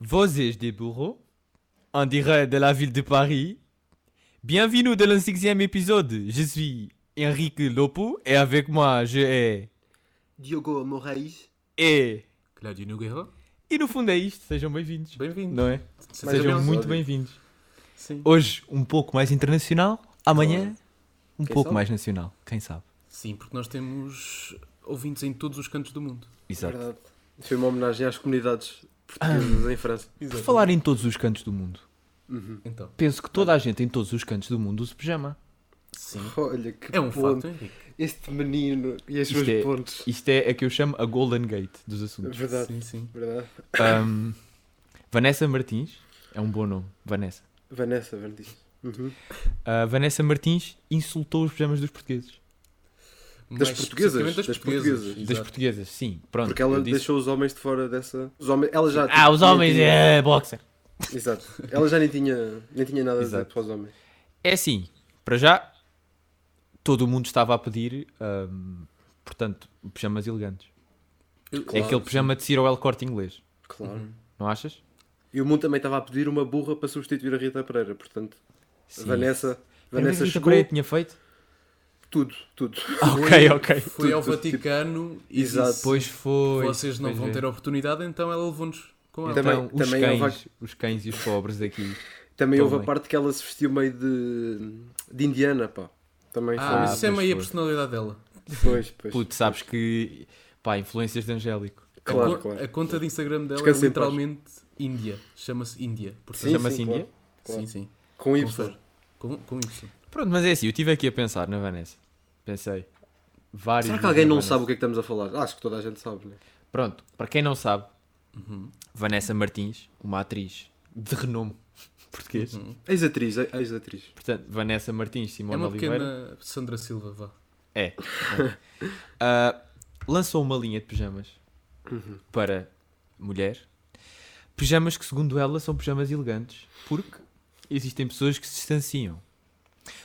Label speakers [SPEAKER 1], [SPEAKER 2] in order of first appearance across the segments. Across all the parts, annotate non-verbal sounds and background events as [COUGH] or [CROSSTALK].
[SPEAKER 1] Vocês des bourreaux, on dirait de la ville de Paris. Bienvenue dans le sixième épisode. Je suis Henrique Lopo et avec moi je ai
[SPEAKER 2] Diogo Moraes.
[SPEAKER 1] e
[SPEAKER 3] Cláudio Nogueira,
[SPEAKER 1] e no fundo é isto. Sejam bem-vindos.
[SPEAKER 3] bem-vindo.
[SPEAKER 1] Não é?
[SPEAKER 3] Mais um
[SPEAKER 1] Sejam
[SPEAKER 3] episódio.
[SPEAKER 1] muito bem-vindos.
[SPEAKER 3] Sim.
[SPEAKER 1] Hoje um pouco mais internacional, amanhã um
[SPEAKER 2] Quem
[SPEAKER 1] pouco
[SPEAKER 2] sabe?
[SPEAKER 1] mais nacional. Quem sabe?
[SPEAKER 3] Sim, porque nós temos ouvintes em todos os cantos do mundo.
[SPEAKER 1] Exato. Ah.
[SPEAKER 2] Verdade. Foi uma homenagem às comunidades portuguesas em França. Uhum.
[SPEAKER 1] Por falar em todos os cantos do mundo,
[SPEAKER 3] Então,
[SPEAKER 1] penso que toda a gente em todos os cantos do mundo usa pijama.
[SPEAKER 3] sim.
[SPEAKER 2] Olha que
[SPEAKER 3] É um
[SPEAKER 2] ponto.
[SPEAKER 3] fato, Henrique.
[SPEAKER 2] Este menino e as
[SPEAKER 1] Isto
[SPEAKER 2] suas
[SPEAKER 1] é-
[SPEAKER 2] pontos.
[SPEAKER 1] Isto é a que eu chamo a Golden Gate dos assuntos.
[SPEAKER 2] Verdade,
[SPEAKER 3] Sim, sim.
[SPEAKER 2] verdade.
[SPEAKER 1] Ahm, Vanessa Martins é um bom nome, Vanessa.
[SPEAKER 2] Vanessa Verdiz. Uhum.
[SPEAKER 1] A Vanessa Martins insultou os pijamas dos portugueses.
[SPEAKER 2] Das
[SPEAKER 3] Mais
[SPEAKER 2] portuguesas,
[SPEAKER 3] especificamente das,
[SPEAKER 2] das
[SPEAKER 3] portuguesas.
[SPEAKER 2] portuguesas.
[SPEAKER 1] Das
[SPEAKER 3] exato.
[SPEAKER 1] portuguesas, sim. Pronto.
[SPEAKER 2] Porque ela
[SPEAKER 1] eu disse-
[SPEAKER 2] deixou os homens de fora dessa. Os homens... Ela já.
[SPEAKER 1] Ah, os
[SPEAKER 2] nem
[SPEAKER 1] homens
[SPEAKER 2] tinha-
[SPEAKER 1] é boxer.
[SPEAKER 2] Exato. Ela já nem tinha, nem tinha nada a dizer
[SPEAKER 1] Exato.
[SPEAKER 2] para os homens.
[SPEAKER 1] É assim, para já todo o mundo estava a pedir, ahm, portanto, pijamas elegantes.
[SPEAKER 3] Eu-
[SPEAKER 1] é aquele pijama de Ciro El Corte inglês,
[SPEAKER 2] Claro.
[SPEAKER 1] não achas?
[SPEAKER 2] E o mundo também estava a pedir uma burra para substituir a Rita Pereira. Portanto, a Vanessa,
[SPEAKER 1] Era o que
[SPEAKER 2] Vanessa
[SPEAKER 1] É a Rita
[SPEAKER 2] chegou.
[SPEAKER 1] Pereira tinha
[SPEAKER 2] [LAUGHS]
[SPEAKER 1] feito?
[SPEAKER 2] Tudo, tudo. [LAUGHS]
[SPEAKER 1] ok, ok.
[SPEAKER 3] Foi ao
[SPEAKER 2] Tudo, tudo,
[SPEAKER 3] Vaticano e
[SPEAKER 2] Exato.
[SPEAKER 3] disse,
[SPEAKER 1] Pois foi.
[SPEAKER 3] vocês não
[SPEAKER 1] pois
[SPEAKER 3] vão
[SPEAKER 1] é.
[SPEAKER 3] ter oportunidade, então ela levou-nos com ela.
[SPEAKER 2] Também-
[SPEAKER 1] Então, os,
[SPEAKER 2] também é
[SPEAKER 1] cães,
[SPEAKER 2] houve
[SPEAKER 1] os cães e os pobres aqui.
[SPEAKER 2] Também
[SPEAKER 1] Tão
[SPEAKER 2] houve
[SPEAKER 1] bem.
[SPEAKER 2] a parte que ela se vestiu meio de, de indiana, pá. Também
[SPEAKER 3] Ah, mas isso é
[SPEAKER 1] pois
[SPEAKER 3] meio a
[SPEAKER 1] foi.
[SPEAKER 3] personalidade dela.
[SPEAKER 2] foi. Pois, pois.
[SPEAKER 1] Puto, sabes que. Pá, influências de Angélico.
[SPEAKER 3] a,
[SPEAKER 2] Claro,
[SPEAKER 3] con-
[SPEAKER 2] claro.
[SPEAKER 3] a conta de Instagram dela
[SPEAKER 2] Descansa em
[SPEAKER 3] é literalmente Índia. Chama-se Índia.
[SPEAKER 2] Sim,
[SPEAKER 3] Portanto,
[SPEAKER 1] Chama-se
[SPEAKER 2] sim,
[SPEAKER 1] Índia?
[SPEAKER 2] claro, claro.
[SPEAKER 3] Sim, sim.
[SPEAKER 2] Com Y.
[SPEAKER 3] Confere. Com, com Y.
[SPEAKER 1] Pronto, mas é assim, eu estive aqui a pensar na Vanessa. Pensei. Vários
[SPEAKER 2] Será que alguém
[SPEAKER 1] nomes da Vanessa.
[SPEAKER 2] não sabe o que é que estamos a falar? Acho que Uhum. toda a gente sabe, né?
[SPEAKER 1] Pronto, para quem não sabe, Vanessa Martins, uma atriz de renome [LAUGHS] português.
[SPEAKER 2] Uhum. Ex-atriz, é, ex-atriz.
[SPEAKER 1] Portanto, Vanessa Martins,
[SPEAKER 3] É
[SPEAKER 1] Simone
[SPEAKER 3] uma
[SPEAKER 1] Oliveira.
[SPEAKER 3] pequena Sandra Silva, vá.
[SPEAKER 1] É. Ah, lançou uma linha de pijamas para mulher. Pijamas que, segundo ela, são pijamas elegantes. Porque existem pessoas que se distanciam.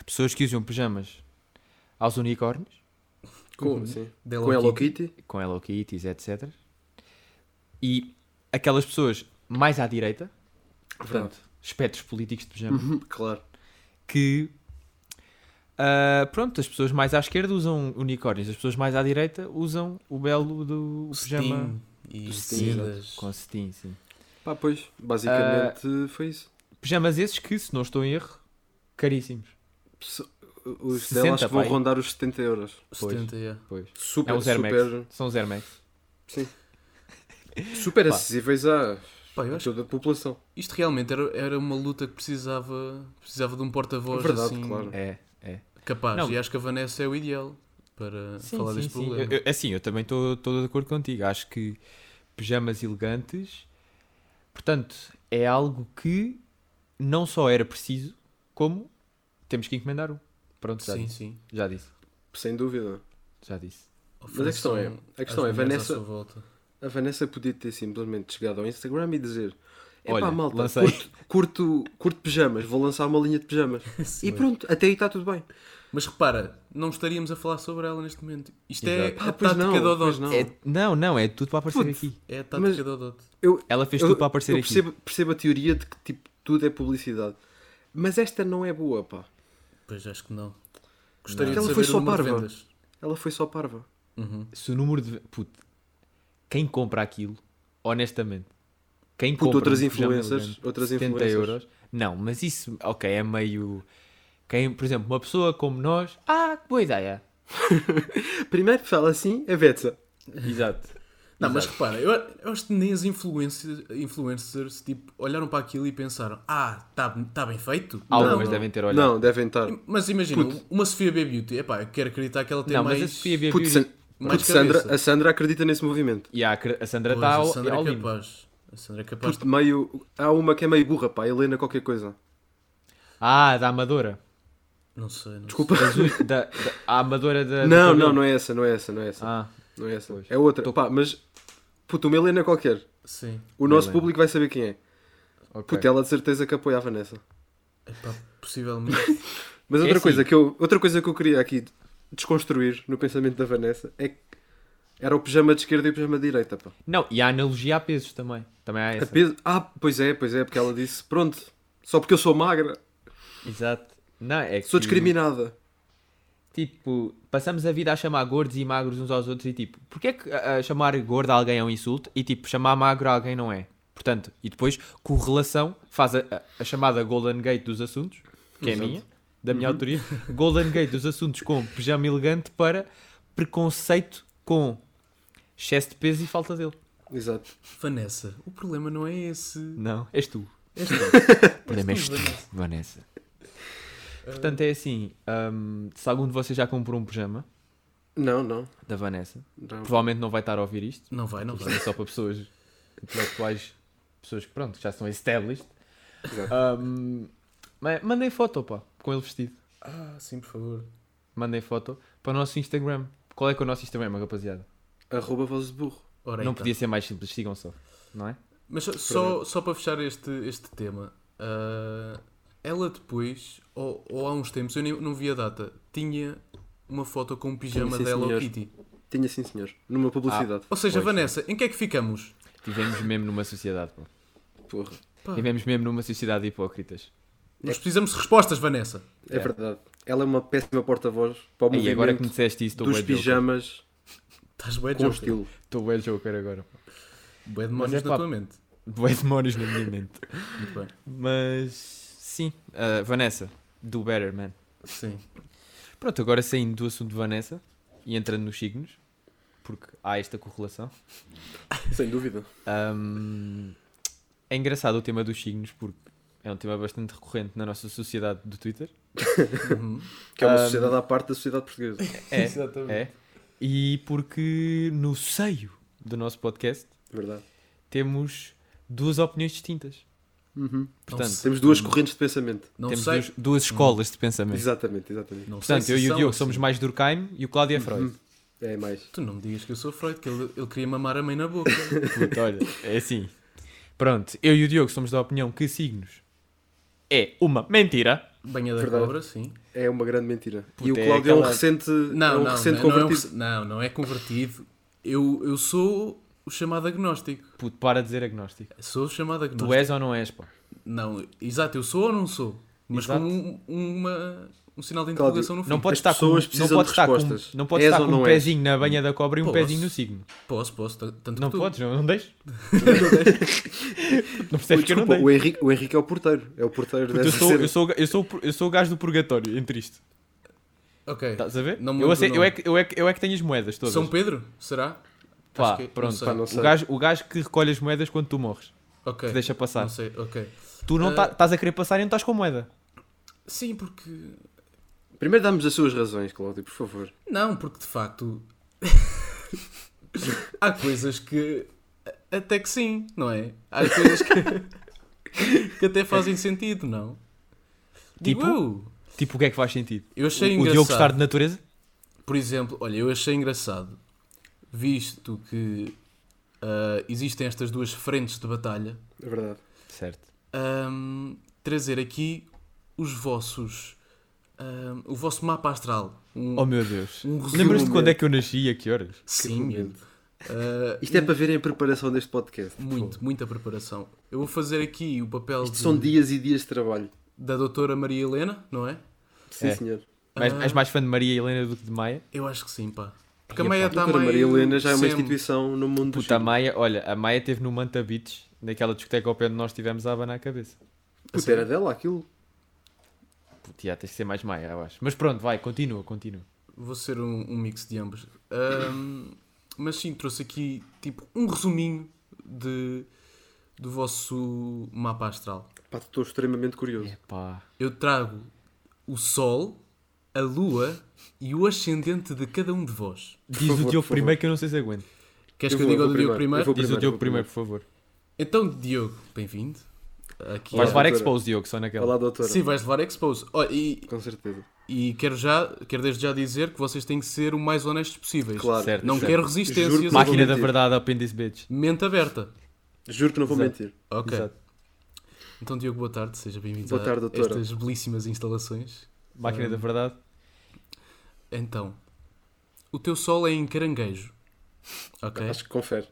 [SPEAKER 1] Pessoas que usam pijamas aos unicórnios,
[SPEAKER 2] Como? Sim.
[SPEAKER 3] Da
[SPEAKER 2] Com Hello Kitty?
[SPEAKER 1] com Hello Kitties, etc. E aquelas pessoas mais à direita, portanto, espectros políticos de pijama,
[SPEAKER 2] Uhum, Claro.
[SPEAKER 1] que ah, pronto, as pessoas mais à esquerda usam unicórnios, as pessoas mais à direita usam o belo do o pijama
[SPEAKER 3] Steam e
[SPEAKER 1] do
[SPEAKER 2] Steam,
[SPEAKER 3] Sidas.
[SPEAKER 1] com cetim, sim.
[SPEAKER 2] Pá, pois. Basicamente foi isso.
[SPEAKER 1] Pijamas esses que, se não estou em erro, caríssimos.
[SPEAKER 2] Se- Os
[SPEAKER 1] 60,
[SPEAKER 2] dela acho que vão
[SPEAKER 1] pá,
[SPEAKER 2] rondar os 70 euros.
[SPEAKER 3] 70, é.
[SPEAKER 1] Pois.
[SPEAKER 2] Super,
[SPEAKER 1] é um Air Max.
[SPEAKER 2] super,
[SPEAKER 1] São os Air Max.
[SPEAKER 2] super
[SPEAKER 1] Pá.
[SPEAKER 2] acessíveis à
[SPEAKER 3] Pá, eu
[SPEAKER 2] a
[SPEAKER 3] acho
[SPEAKER 2] toda a população.
[SPEAKER 3] que isto realmente era, era uma luta que precisava, precisava de um porta-voz
[SPEAKER 2] Verdade,
[SPEAKER 3] assim,
[SPEAKER 2] claro.
[SPEAKER 1] É, é.
[SPEAKER 3] capaz.
[SPEAKER 1] Não.
[SPEAKER 3] E acho que a Vanessa é o ideal para falar deste problema.
[SPEAKER 1] Eu, eu- assim, eu também estou estou de acordo contigo. Acho que pijamas elegantes, portanto, é algo que não só era preciso, como temos que encomendar um. Pronto, já
[SPEAKER 3] Sim,
[SPEAKER 1] disse.
[SPEAKER 3] sim.
[SPEAKER 1] Já disse.
[SPEAKER 2] Sem dúvida.
[SPEAKER 1] Já disse.
[SPEAKER 2] Mas a questão é- a questão
[SPEAKER 3] As
[SPEAKER 2] é,
[SPEAKER 3] mulheres à
[SPEAKER 2] Vanessa-
[SPEAKER 3] sua volta.
[SPEAKER 2] A Vanessa podia ter simplesmente chegado ao Instagram e dizer: É
[SPEAKER 1] Olha,
[SPEAKER 2] pá, malta,
[SPEAKER 1] lancei."
[SPEAKER 2] curto, curto, curto pijamas, vou lançar uma linha de pijamas. e pronto, até aí está tudo bem.
[SPEAKER 1] Tá,
[SPEAKER 3] Mas repara, não estaríamos a falar sobre ela neste momento. Isto é
[SPEAKER 1] Exato.
[SPEAKER 3] a
[SPEAKER 2] Ah, pois
[SPEAKER 3] tática
[SPEAKER 2] não,
[SPEAKER 3] do Odot.
[SPEAKER 2] pois não.
[SPEAKER 1] É- não, não, é tudo para aparecer
[SPEAKER 2] Putz.
[SPEAKER 1] aqui.
[SPEAKER 3] É a tática
[SPEAKER 2] Mas-
[SPEAKER 3] do Odot.
[SPEAKER 2] Eu,
[SPEAKER 1] Ela fez
[SPEAKER 2] eu-
[SPEAKER 1] tudo para aparecer
[SPEAKER 2] eu
[SPEAKER 1] aqui.
[SPEAKER 2] percebo, percebo a teoria de que tipo, tudo é publicidade. Mas esta não é boa, pá.
[SPEAKER 3] Pois acho que não.
[SPEAKER 2] Porque
[SPEAKER 3] Gostaria de
[SPEAKER 2] ela
[SPEAKER 3] saber
[SPEAKER 2] foi
[SPEAKER 3] o
[SPEAKER 2] só
[SPEAKER 3] número de
[SPEAKER 2] parva.
[SPEAKER 3] vendas.
[SPEAKER 2] Ela foi só parva.
[SPEAKER 3] Uhum.
[SPEAKER 1] Se o número de. Puto, quem compra aquilo, honestamente, quem
[SPEAKER 2] Puto,
[SPEAKER 1] compra.
[SPEAKER 2] outras
[SPEAKER 1] um pijama
[SPEAKER 2] influencers,
[SPEAKER 1] elegante,
[SPEAKER 2] outras
[SPEAKER 1] 70
[SPEAKER 2] influencers.
[SPEAKER 1] euros. Não, mas isso, ok, é meio. Quem, por exemplo, uma pessoa como nós. Ah, que boa ideia.
[SPEAKER 3] [LAUGHS]
[SPEAKER 2] Primeiro que fala assim é Betsa.
[SPEAKER 1] Exato.
[SPEAKER 3] Não, mas repara, eu, eu acho que nem as influencers, influencers tipo, olharam para aquilo e pensaram: ah, está tá bem feito.
[SPEAKER 1] Algumas
[SPEAKER 3] Não.
[SPEAKER 1] devem ter olhado.
[SPEAKER 2] Não, devem estar.
[SPEAKER 3] Mas imagina, uma Sofia B. Beauty, epá, eu quero acreditar que ela tem
[SPEAKER 1] Não,
[SPEAKER 3] mais.
[SPEAKER 1] mas a Sofia Bia
[SPEAKER 2] Puto,
[SPEAKER 1] Beauty-
[SPEAKER 2] San-
[SPEAKER 3] Mais
[SPEAKER 2] puto, Sandra,
[SPEAKER 3] cabeça.
[SPEAKER 2] a Sandra acredita nesse movimento.
[SPEAKER 1] E a, Cre- a Sandra
[SPEAKER 3] Pois,
[SPEAKER 1] está
[SPEAKER 3] a
[SPEAKER 1] tá ao,
[SPEAKER 3] Sandra
[SPEAKER 1] ao
[SPEAKER 3] é
[SPEAKER 1] limite.
[SPEAKER 3] capaz. A Sandra é capaz.
[SPEAKER 2] Puto, meio. Há uma que é meio burra, pá. Helena qualquer coisa.
[SPEAKER 1] Ah, da
[SPEAKER 2] [LAUGHS]
[SPEAKER 1] Amadora.
[SPEAKER 3] Não sei. Não
[SPEAKER 2] Desculpa.
[SPEAKER 1] Das u- da, da- a Amadora da. do
[SPEAKER 2] Não,
[SPEAKER 1] cabelo.
[SPEAKER 2] não, não é essa, não é essa, não é essa.
[SPEAKER 1] Ah,
[SPEAKER 2] Não é essa.
[SPEAKER 1] Pois.
[SPEAKER 2] É outra. Pá, mas. Puto, uma Helena qualquer.
[SPEAKER 3] Sei. Sim.
[SPEAKER 2] O nosso
[SPEAKER 1] Helena.
[SPEAKER 2] público vai saber quem é.
[SPEAKER 1] ok.
[SPEAKER 2] Puto, ela de certeza que apoia a Vanessa.
[SPEAKER 3] Epá, possivelmente.
[SPEAKER 1] [LAUGHS]
[SPEAKER 2] Mas
[SPEAKER 1] É
[SPEAKER 2] outra,
[SPEAKER 1] assim.
[SPEAKER 2] coisa que eu, outra coisa que eu queria aqui desconstruir no pensamento da Vanessa é que Era o pijama de esquerda e o pijama de direita, pá.
[SPEAKER 1] Não, e há analogia a pesos também. Também há essa.
[SPEAKER 2] A peso- Ah, pois é, pois é, porque ela disse, pronto, só porque eu sou magra,
[SPEAKER 1] Exato. Não, é que,
[SPEAKER 2] sou discriminada.
[SPEAKER 1] Tipo, passamos a vida a chamar gordos e magros uns aos outros e tipo, porque é que ah, ah, chamar gordo a alguém é um insulto e tipo, chamar magro a alguém não é? Portanto, e depois, correlação, faz a, a- a chamada Golden Gate dos assuntos, que é
[SPEAKER 2] Exato.
[SPEAKER 1] minha, da minha autoria, Golden Gate dos assuntos com pijama elegante para preconceito com excesso de peso e falta dele.
[SPEAKER 2] Exato.
[SPEAKER 3] Vanessa, o problema não é
[SPEAKER 1] [LAUGHS]
[SPEAKER 3] esse.
[SPEAKER 1] Não, és tu.
[SPEAKER 3] És tu.
[SPEAKER 1] O problema és tu, Vanessa. Portanto, é assim, hum, se algum de vocês já comprou um pijama
[SPEAKER 2] Não, não.
[SPEAKER 1] da Vanessa,
[SPEAKER 2] não.
[SPEAKER 1] provavelmente não vai estar a ouvir isto.
[SPEAKER 3] Não vai, não
[SPEAKER 1] Isto
[SPEAKER 3] vai.
[SPEAKER 1] é só para pessoas intelectuais, pessoas que pronto, já são established.
[SPEAKER 2] Exato.
[SPEAKER 1] Um, ma- mandem foto, pá, com ele vestido.
[SPEAKER 3] Ah, sim, por favor.
[SPEAKER 1] Mandem foto para o nosso Instagram. Qual é que é o nosso Instagram, rapaziada?
[SPEAKER 2] Arroba voz de burro.
[SPEAKER 3] Ora,
[SPEAKER 1] Não
[SPEAKER 3] então.
[SPEAKER 1] podia ser mais simples, sigam só, não é?
[SPEAKER 3] Mas só- só, só para fechar este, este tema, ah, ela depois, ou, ou há uns tempos, eu nem, não vi a data, tinha uma foto com um pijama
[SPEAKER 2] sim,
[SPEAKER 3] da Hello
[SPEAKER 2] senhor.
[SPEAKER 3] Kitty.
[SPEAKER 2] Tinha sim, senhor. Numa publicidade.
[SPEAKER 3] Ou seja,
[SPEAKER 1] Pois.
[SPEAKER 3] Vanessa, em que é que ficamos?
[SPEAKER 1] Vivemos mesmo numa sociedade, pá.
[SPEAKER 2] Porra.
[SPEAKER 3] Pá,
[SPEAKER 1] Vivemos mesmo numa sociedade de hipócritas. É
[SPEAKER 3] nós precisamos de respostas, Vanessa.
[SPEAKER 2] É verdade. Ela é uma péssima porta-voz para o
[SPEAKER 1] E
[SPEAKER 2] movimento
[SPEAKER 1] agora é que me disseste isso, estou
[SPEAKER 2] dos
[SPEAKER 1] bem joker.
[SPEAKER 2] pijamas
[SPEAKER 3] Estás bem,
[SPEAKER 2] com
[SPEAKER 3] Joker.
[SPEAKER 2] estilo.
[SPEAKER 1] Estou bem joker agora. pá.
[SPEAKER 3] Bem demónios
[SPEAKER 1] Mas é
[SPEAKER 3] na
[SPEAKER 1] pá.
[SPEAKER 3] tua mente.
[SPEAKER 1] Bué demónios na minha mente.
[SPEAKER 3] Muito bem.
[SPEAKER 1] Mas, sim. ah, Vanessa, do better, man. [LAUGHS]
[SPEAKER 3] Sim.
[SPEAKER 1] Pronto, agora saindo do assunto de Vanessa e entrando nos signos, porque há esta correlação.
[SPEAKER 2] Sem dúvida.
[SPEAKER 1] Ahm, é engraçado o tema dos signos, porque é um tema bastante recorrente na nossa sociedade do
[SPEAKER 3] [LAUGHS]
[SPEAKER 1] Twitter.
[SPEAKER 3] Uhum.
[SPEAKER 2] Que é uma
[SPEAKER 1] Ahm.
[SPEAKER 2] sociedade à parte da sociedade portuguesa.
[SPEAKER 1] É,
[SPEAKER 3] Exatamente.
[SPEAKER 1] é. E porque no seio do nosso podcast
[SPEAKER 2] Verdade.
[SPEAKER 1] temos duas opiniões distintas.
[SPEAKER 3] não
[SPEAKER 1] Portanto,
[SPEAKER 3] se-
[SPEAKER 2] Temos duas correntes de pensamento.
[SPEAKER 3] não
[SPEAKER 1] temos
[SPEAKER 3] sei. Hum.
[SPEAKER 1] duas, duas escolas de pensamento.
[SPEAKER 2] Exatamente, exatamente.
[SPEAKER 3] Não Uhum.
[SPEAKER 1] Portanto,
[SPEAKER 3] sei
[SPEAKER 1] eu
[SPEAKER 3] se
[SPEAKER 1] e o
[SPEAKER 3] são
[SPEAKER 1] Diogo
[SPEAKER 3] assim.
[SPEAKER 1] somos mais Durkheim e o Cláudio é Freud.
[SPEAKER 2] É mais.
[SPEAKER 3] Tu não me digas que eu sou Freud, que ele, ele queria mamar a mãe na
[SPEAKER 1] [LAUGHS]
[SPEAKER 3] boca.
[SPEAKER 1] Puto, olha, é assim. Pronto, eu e o Diogo somos da opinião que signos é uma mentira.
[SPEAKER 3] Banha da
[SPEAKER 2] Verdade.
[SPEAKER 3] cobra, sim.
[SPEAKER 2] É uma grande mentira.
[SPEAKER 1] Puta,
[SPEAKER 2] e o
[SPEAKER 1] é
[SPEAKER 2] Cláudio é um
[SPEAKER 1] aquela-
[SPEAKER 2] recente,
[SPEAKER 3] Não,
[SPEAKER 2] é um
[SPEAKER 3] não,
[SPEAKER 2] recente
[SPEAKER 3] não, não é um
[SPEAKER 2] convertido.
[SPEAKER 3] rec- não, não é convertido. Eu, eu sou o chamado agnóstico.
[SPEAKER 1] Puto, para de dizer agnóstico.
[SPEAKER 3] Sou o chamado agnóstico.
[SPEAKER 1] Tu és ou não és, pá?
[SPEAKER 3] Não, exato, eu sou ou não sou? Mas
[SPEAKER 1] Exato.
[SPEAKER 3] com um, uma, um sinal de
[SPEAKER 2] Cláudio,
[SPEAKER 3] interrogação no fim.
[SPEAKER 1] Não podes
[SPEAKER 2] As
[SPEAKER 1] estar com, um-
[SPEAKER 2] pessoas
[SPEAKER 1] não
[SPEAKER 2] precisam
[SPEAKER 1] podes
[SPEAKER 2] de
[SPEAKER 1] estar com,
[SPEAKER 2] respostas.
[SPEAKER 1] não podes
[SPEAKER 2] És
[SPEAKER 1] estar
[SPEAKER 2] ou
[SPEAKER 1] com um
[SPEAKER 2] não és?
[SPEAKER 1] pezinho na banha da cobra e um
[SPEAKER 3] Posso.
[SPEAKER 1] pezinho no signo.
[SPEAKER 3] Posso, posso, t- tanto
[SPEAKER 1] Não
[SPEAKER 3] que tu.
[SPEAKER 1] podes, não, não
[SPEAKER 2] [LAUGHS]
[SPEAKER 1] deixes. não
[SPEAKER 2] Ui,
[SPEAKER 1] percebes É que eu não
[SPEAKER 2] desculpa,
[SPEAKER 1] deixo.
[SPEAKER 2] o Henrique, o Henrique é o porteiro. É o porteiro
[SPEAKER 1] Puto,
[SPEAKER 2] dessa
[SPEAKER 1] Eu sou,
[SPEAKER 2] cena.
[SPEAKER 1] eu, sou, eu, sou, o pur- eu sou o gajo do purgatório, entre isto.
[SPEAKER 3] Ok.
[SPEAKER 1] Estás a ver?
[SPEAKER 3] Não me
[SPEAKER 1] eu,
[SPEAKER 3] lembro
[SPEAKER 1] ace-
[SPEAKER 3] do
[SPEAKER 1] eu, é
[SPEAKER 3] nome.
[SPEAKER 1] que, eu, é que, eu é que tenho as moedas todas.
[SPEAKER 3] São Pedro? Será?
[SPEAKER 1] Pá,
[SPEAKER 3] Acho que- é, não
[SPEAKER 1] pronto.
[SPEAKER 3] sei.
[SPEAKER 1] pá,
[SPEAKER 2] Não
[SPEAKER 1] o,
[SPEAKER 2] sei.
[SPEAKER 1] gajo, o gajo que recolhe as moedas quando tu morres.
[SPEAKER 3] Ok.
[SPEAKER 1] Que deixa passar.
[SPEAKER 3] Não sei, ok.
[SPEAKER 1] Tu não
[SPEAKER 3] Ah.
[SPEAKER 1] tá- estás a querer passar e não estás com moeda.
[SPEAKER 3] Sim, porque.
[SPEAKER 2] Primeiro dá-nos as suas razões, Cláudio, por favor.
[SPEAKER 3] Não, porque de facto.
[SPEAKER 1] [LAUGHS]
[SPEAKER 3] Há coisas que. Até que sim, não é? Há coisas que. que até fazem sentido, não? Digo
[SPEAKER 1] Tipo?
[SPEAKER 3] eu.
[SPEAKER 1] Tipo, o que é que faz sentido?
[SPEAKER 3] Eu achei
[SPEAKER 1] o
[SPEAKER 3] engraçado.
[SPEAKER 1] Diogo gostar de natureza?
[SPEAKER 3] Por exemplo, olha, eu achei engraçado, visto que ah, existem estas duas frentes de batalha,
[SPEAKER 2] É verdade.
[SPEAKER 1] Certo.
[SPEAKER 3] ahm, trazer aqui os vossos. ahm, o vosso mapa astral. Um,
[SPEAKER 1] Oh meu Deus.
[SPEAKER 3] um resumo.
[SPEAKER 1] Lembras-te
[SPEAKER 2] momento.
[SPEAKER 1] quando é que eu nasci e a que horas?
[SPEAKER 3] Sim, miúdo. Ah,
[SPEAKER 2] Isto é
[SPEAKER 1] Hum.
[SPEAKER 2] para verem a preparação deste podcast.
[SPEAKER 3] muito, muita preparação. Eu vou fazer aqui o papel
[SPEAKER 2] Isto são
[SPEAKER 3] de-
[SPEAKER 2] dias e dias de trabalho.
[SPEAKER 3] da doutora Maria Helena, não é?
[SPEAKER 2] Sim,
[SPEAKER 1] É.
[SPEAKER 2] senhor.
[SPEAKER 1] Mais,
[SPEAKER 3] Ah.
[SPEAKER 1] és mais fã de Maria Helena do que de Maia?
[SPEAKER 3] Eu acho que sim, pá. Porque a
[SPEAKER 1] Ia,
[SPEAKER 3] Maia
[SPEAKER 1] pá.
[SPEAKER 3] está
[SPEAKER 2] Doutora
[SPEAKER 3] meio...
[SPEAKER 2] Maria Helena já é uma
[SPEAKER 3] sem-
[SPEAKER 2] instituição no mundo do
[SPEAKER 1] Puta, a Maia, olha, a Maia teve no Manta Beach, naquela discoteca ao pé onde nós tivemos a abanar a cabeça.
[SPEAKER 2] Puta, era dela aquilo.
[SPEAKER 1] Puta, já, tens de ser mais Maia, eu acho. Mas pronto, vai, continua, continua.
[SPEAKER 3] Vou ser um, um mix de ambos. Ahm, mas sim, trouxe aqui tipo um resuminho de, do vosso mapa astral.
[SPEAKER 2] Pá, estou extremamente curioso.
[SPEAKER 1] Epá.
[SPEAKER 3] Eu trago o Sol, a Lua e o ascendente de cada um de vós.
[SPEAKER 1] Diz
[SPEAKER 2] favor,
[SPEAKER 1] o Diogo
[SPEAKER 2] por favor.
[SPEAKER 1] primeiro que eu não sei se aguento.
[SPEAKER 3] Queres
[SPEAKER 2] Eu
[SPEAKER 3] que eu
[SPEAKER 2] vou-
[SPEAKER 3] diga
[SPEAKER 2] eu
[SPEAKER 3] o
[SPEAKER 2] vou
[SPEAKER 3] Diogo
[SPEAKER 2] primeiro,
[SPEAKER 3] primeiro?
[SPEAKER 2] eu vou-
[SPEAKER 1] Diz o
[SPEAKER 2] primeiro,
[SPEAKER 1] Diogo primeiro,
[SPEAKER 2] primeiro.
[SPEAKER 1] por favor.
[SPEAKER 3] Então, Diogo, bem-vindo.
[SPEAKER 1] Vais
[SPEAKER 3] Aqui
[SPEAKER 2] Olá,
[SPEAKER 3] ao-
[SPEAKER 1] levar
[SPEAKER 2] doutora.
[SPEAKER 1] expose, Diogo, só naquela.
[SPEAKER 2] Olá, doutora.
[SPEAKER 3] Sim, vais levar expose. Ó, e,
[SPEAKER 2] Com certeza.
[SPEAKER 3] e quero já, quero desde já dizer que vocês têm que ser o mais honestos possíveis.
[SPEAKER 2] Claro.
[SPEAKER 1] Certo.
[SPEAKER 3] Não quero resistências.
[SPEAKER 2] Juro que não vou
[SPEAKER 1] Máquina da
[SPEAKER 2] mentir.
[SPEAKER 1] verdade, apêndice bitch.
[SPEAKER 3] Mente aberta.
[SPEAKER 2] Juro que não vou
[SPEAKER 1] Exato.
[SPEAKER 2] mentir.
[SPEAKER 3] Ok.
[SPEAKER 1] Exato.
[SPEAKER 3] Então, Diogo, boa tarde, seja bem-vindo
[SPEAKER 2] Boa tarde,
[SPEAKER 3] a
[SPEAKER 2] doutora.
[SPEAKER 3] estas belíssimas instalações.
[SPEAKER 1] Máquina
[SPEAKER 3] Hum.
[SPEAKER 1] da verdade.
[SPEAKER 3] Então, o teu sol é em caranguejo, Ok?
[SPEAKER 2] Acho que confere.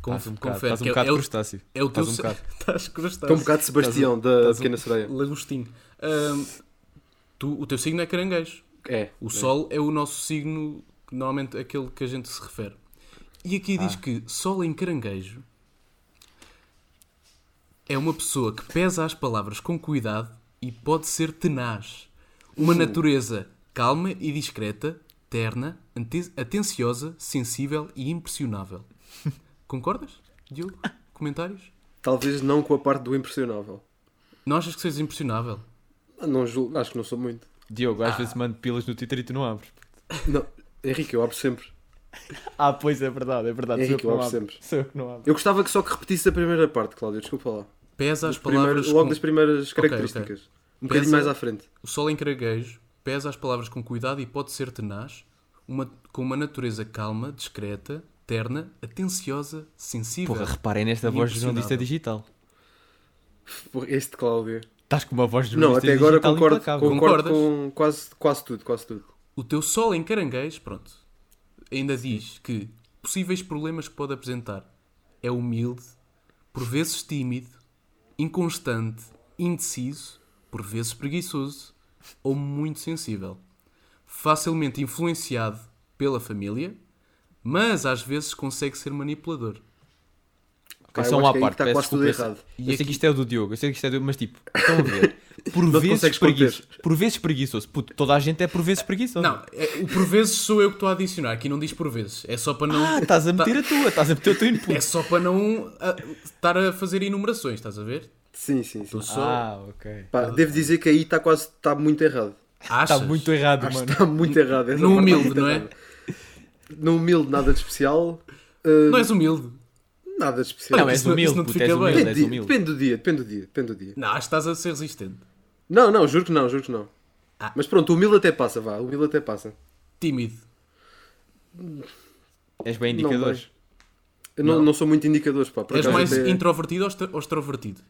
[SPEAKER 1] Estás um bocado,
[SPEAKER 3] confere
[SPEAKER 1] estás um
[SPEAKER 3] que é-
[SPEAKER 1] bocado
[SPEAKER 3] é, o-
[SPEAKER 1] crustáceo.
[SPEAKER 3] é o teu...
[SPEAKER 1] Estás um
[SPEAKER 3] se-
[SPEAKER 1] bocado.
[SPEAKER 3] [LAUGHS] Estás crustáceo.
[SPEAKER 2] Estou um bocado Sebastião da Pequena Sereia.
[SPEAKER 3] Lagostinho. Ahm, tu, o teu signo é caranguejo.
[SPEAKER 2] É.
[SPEAKER 3] O Sol é o nosso signo, que normalmente é aquele que a gente se refere. E aqui diz que Sol em caranguejo é uma pessoa que pesa as palavras com cuidado e pode ser tenaz. Uma natureza calma e discreta, terna, ante- atenciosa, sensível e impressionável. Concordas, Diogo? Comentários?
[SPEAKER 2] Talvez não com a parte do impressionável.
[SPEAKER 3] Não achas que sejas impressionável?
[SPEAKER 2] Não julgo, acho que não sou muito.
[SPEAKER 1] Diogo, às vezes mando pilas no Twitter e tu não abres.
[SPEAKER 2] [LAUGHS] Não, Henrique, eu abro sempre.
[SPEAKER 1] Ah, pois é verdade, é verdade. sou eu
[SPEAKER 2] Henrique,
[SPEAKER 1] que
[SPEAKER 2] eu
[SPEAKER 1] não abro.
[SPEAKER 2] abro sempre.
[SPEAKER 1] Sou eu que não abro.
[SPEAKER 2] Eu gostava que só que repetisse a primeira parte, Cláudio, desculpa lá.
[SPEAKER 3] Pesa as
[SPEAKER 2] Dos primeiros-
[SPEAKER 3] palavras
[SPEAKER 2] logo
[SPEAKER 3] com-
[SPEAKER 2] das primeiras
[SPEAKER 3] ok.
[SPEAKER 2] características. Um bocadinho
[SPEAKER 3] Pensa-
[SPEAKER 2] mais à frente.
[SPEAKER 3] O sol em caranguejo pesa as palavras com cuidado e pode ser tenaz, uma- com uma natureza calma, discreta, terna, atenciosa, sensível.
[SPEAKER 1] Porra, reparem nesta
[SPEAKER 3] E
[SPEAKER 1] voz de jornalista
[SPEAKER 3] impressionável.
[SPEAKER 1] digital.
[SPEAKER 2] Porra, Este Cláudio.
[SPEAKER 1] Estás com uma voz de
[SPEAKER 2] Não,
[SPEAKER 1] jornalista
[SPEAKER 2] até agora
[SPEAKER 1] digital
[SPEAKER 2] concordo,
[SPEAKER 1] implacável.
[SPEAKER 2] concordo
[SPEAKER 3] é Concordas?
[SPEAKER 2] com quase, quase tudo, quase tudo.
[SPEAKER 3] O teu sol em caranguejo, pronto, ainda diz que possíveis problemas que pode apresentar é humilde, por vezes tímido, inconstante, indeciso, por vezes preguiçoso ou muito sensível. Facilmente influenciado pela família, mas às vezes consegue ser manipulador.
[SPEAKER 1] Ok,
[SPEAKER 2] Pá,
[SPEAKER 1] só
[SPEAKER 2] eu
[SPEAKER 1] um
[SPEAKER 2] acho
[SPEAKER 1] à
[SPEAKER 2] que aí
[SPEAKER 1] parte,
[SPEAKER 2] está
[SPEAKER 1] peço
[SPEAKER 2] quase tudo
[SPEAKER 1] desculpa,
[SPEAKER 2] errado.
[SPEAKER 1] Eu
[SPEAKER 3] E
[SPEAKER 1] sei que
[SPEAKER 3] aqui-
[SPEAKER 1] isto é do Diogo, eu sei que isto é do mas tipo, estão a ver. Por
[SPEAKER 2] Não te
[SPEAKER 1] vezes
[SPEAKER 2] consegues conter.
[SPEAKER 1] preguiçoso. Por vezes preguiçoso. Puto, toda a gente é por vezes preguiçoso.
[SPEAKER 3] Não, é- o por vezes sou eu que estou a adicionar, aqui não diz por vezes. É só para não.
[SPEAKER 1] Ah, estás a meter a tua, estás a meter o teu
[SPEAKER 3] É
[SPEAKER 1] input.
[SPEAKER 3] só para não ah, estar a fazer enumerações, estás a ver?
[SPEAKER 2] Sim, sim, sim.
[SPEAKER 3] Estou só.
[SPEAKER 1] Ah, ok.
[SPEAKER 2] Pá, devo dizer que aí está quase está muito errado.
[SPEAKER 3] achas?
[SPEAKER 1] Está tá muito Tá errado, mano.
[SPEAKER 2] Está muito errado. essa
[SPEAKER 3] No
[SPEAKER 2] parte está
[SPEAKER 3] humilde,
[SPEAKER 2] muito
[SPEAKER 1] [LAUGHS]
[SPEAKER 3] não é?
[SPEAKER 2] errada. No humilde, nada de especial. Uh,
[SPEAKER 3] Não és humilde.
[SPEAKER 2] Nada de especial.
[SPEAKER 1] Não, és
[SPEAKER 3] isso não- isso
[SPEAKER 1] humilde,
[SPEAKER 3] não te
[SPEAKER 1] puto, és
[SPEAKER 3] fica bem.
[SPEAKER 1] humilde, és
[SPEAKER 2] depende, di-
[SPEAKER 1] humilde.
[SPEAKER 2] depende do dia, depende do dia, depende do dia.
[SPEAKER 3] Não, acho que estás a ser resistente.
[SPEAKER 2] Não, não, juro que não, juro que não.
[SPEAKER 3] Ah.
[SPEAKER 2] Mas pronto, o humilde até passa, vá, o humilde até passa.
[SPEAKER 3] Tímido.
[SPEAKER 1] És bem
[SPEAKER 2] Não,
[SPEAKER 1] indicadores.
[SPEAKER 2] Eu não, não sou muito indicadores, pá. por
[SPEAKER 3] és
[SPEAKER 2] acaso
[SPEAKER 3] mais
[SPEAKER 2] até- é.
[SPEAKER 3] introvertido ou extro- ou extrovertido?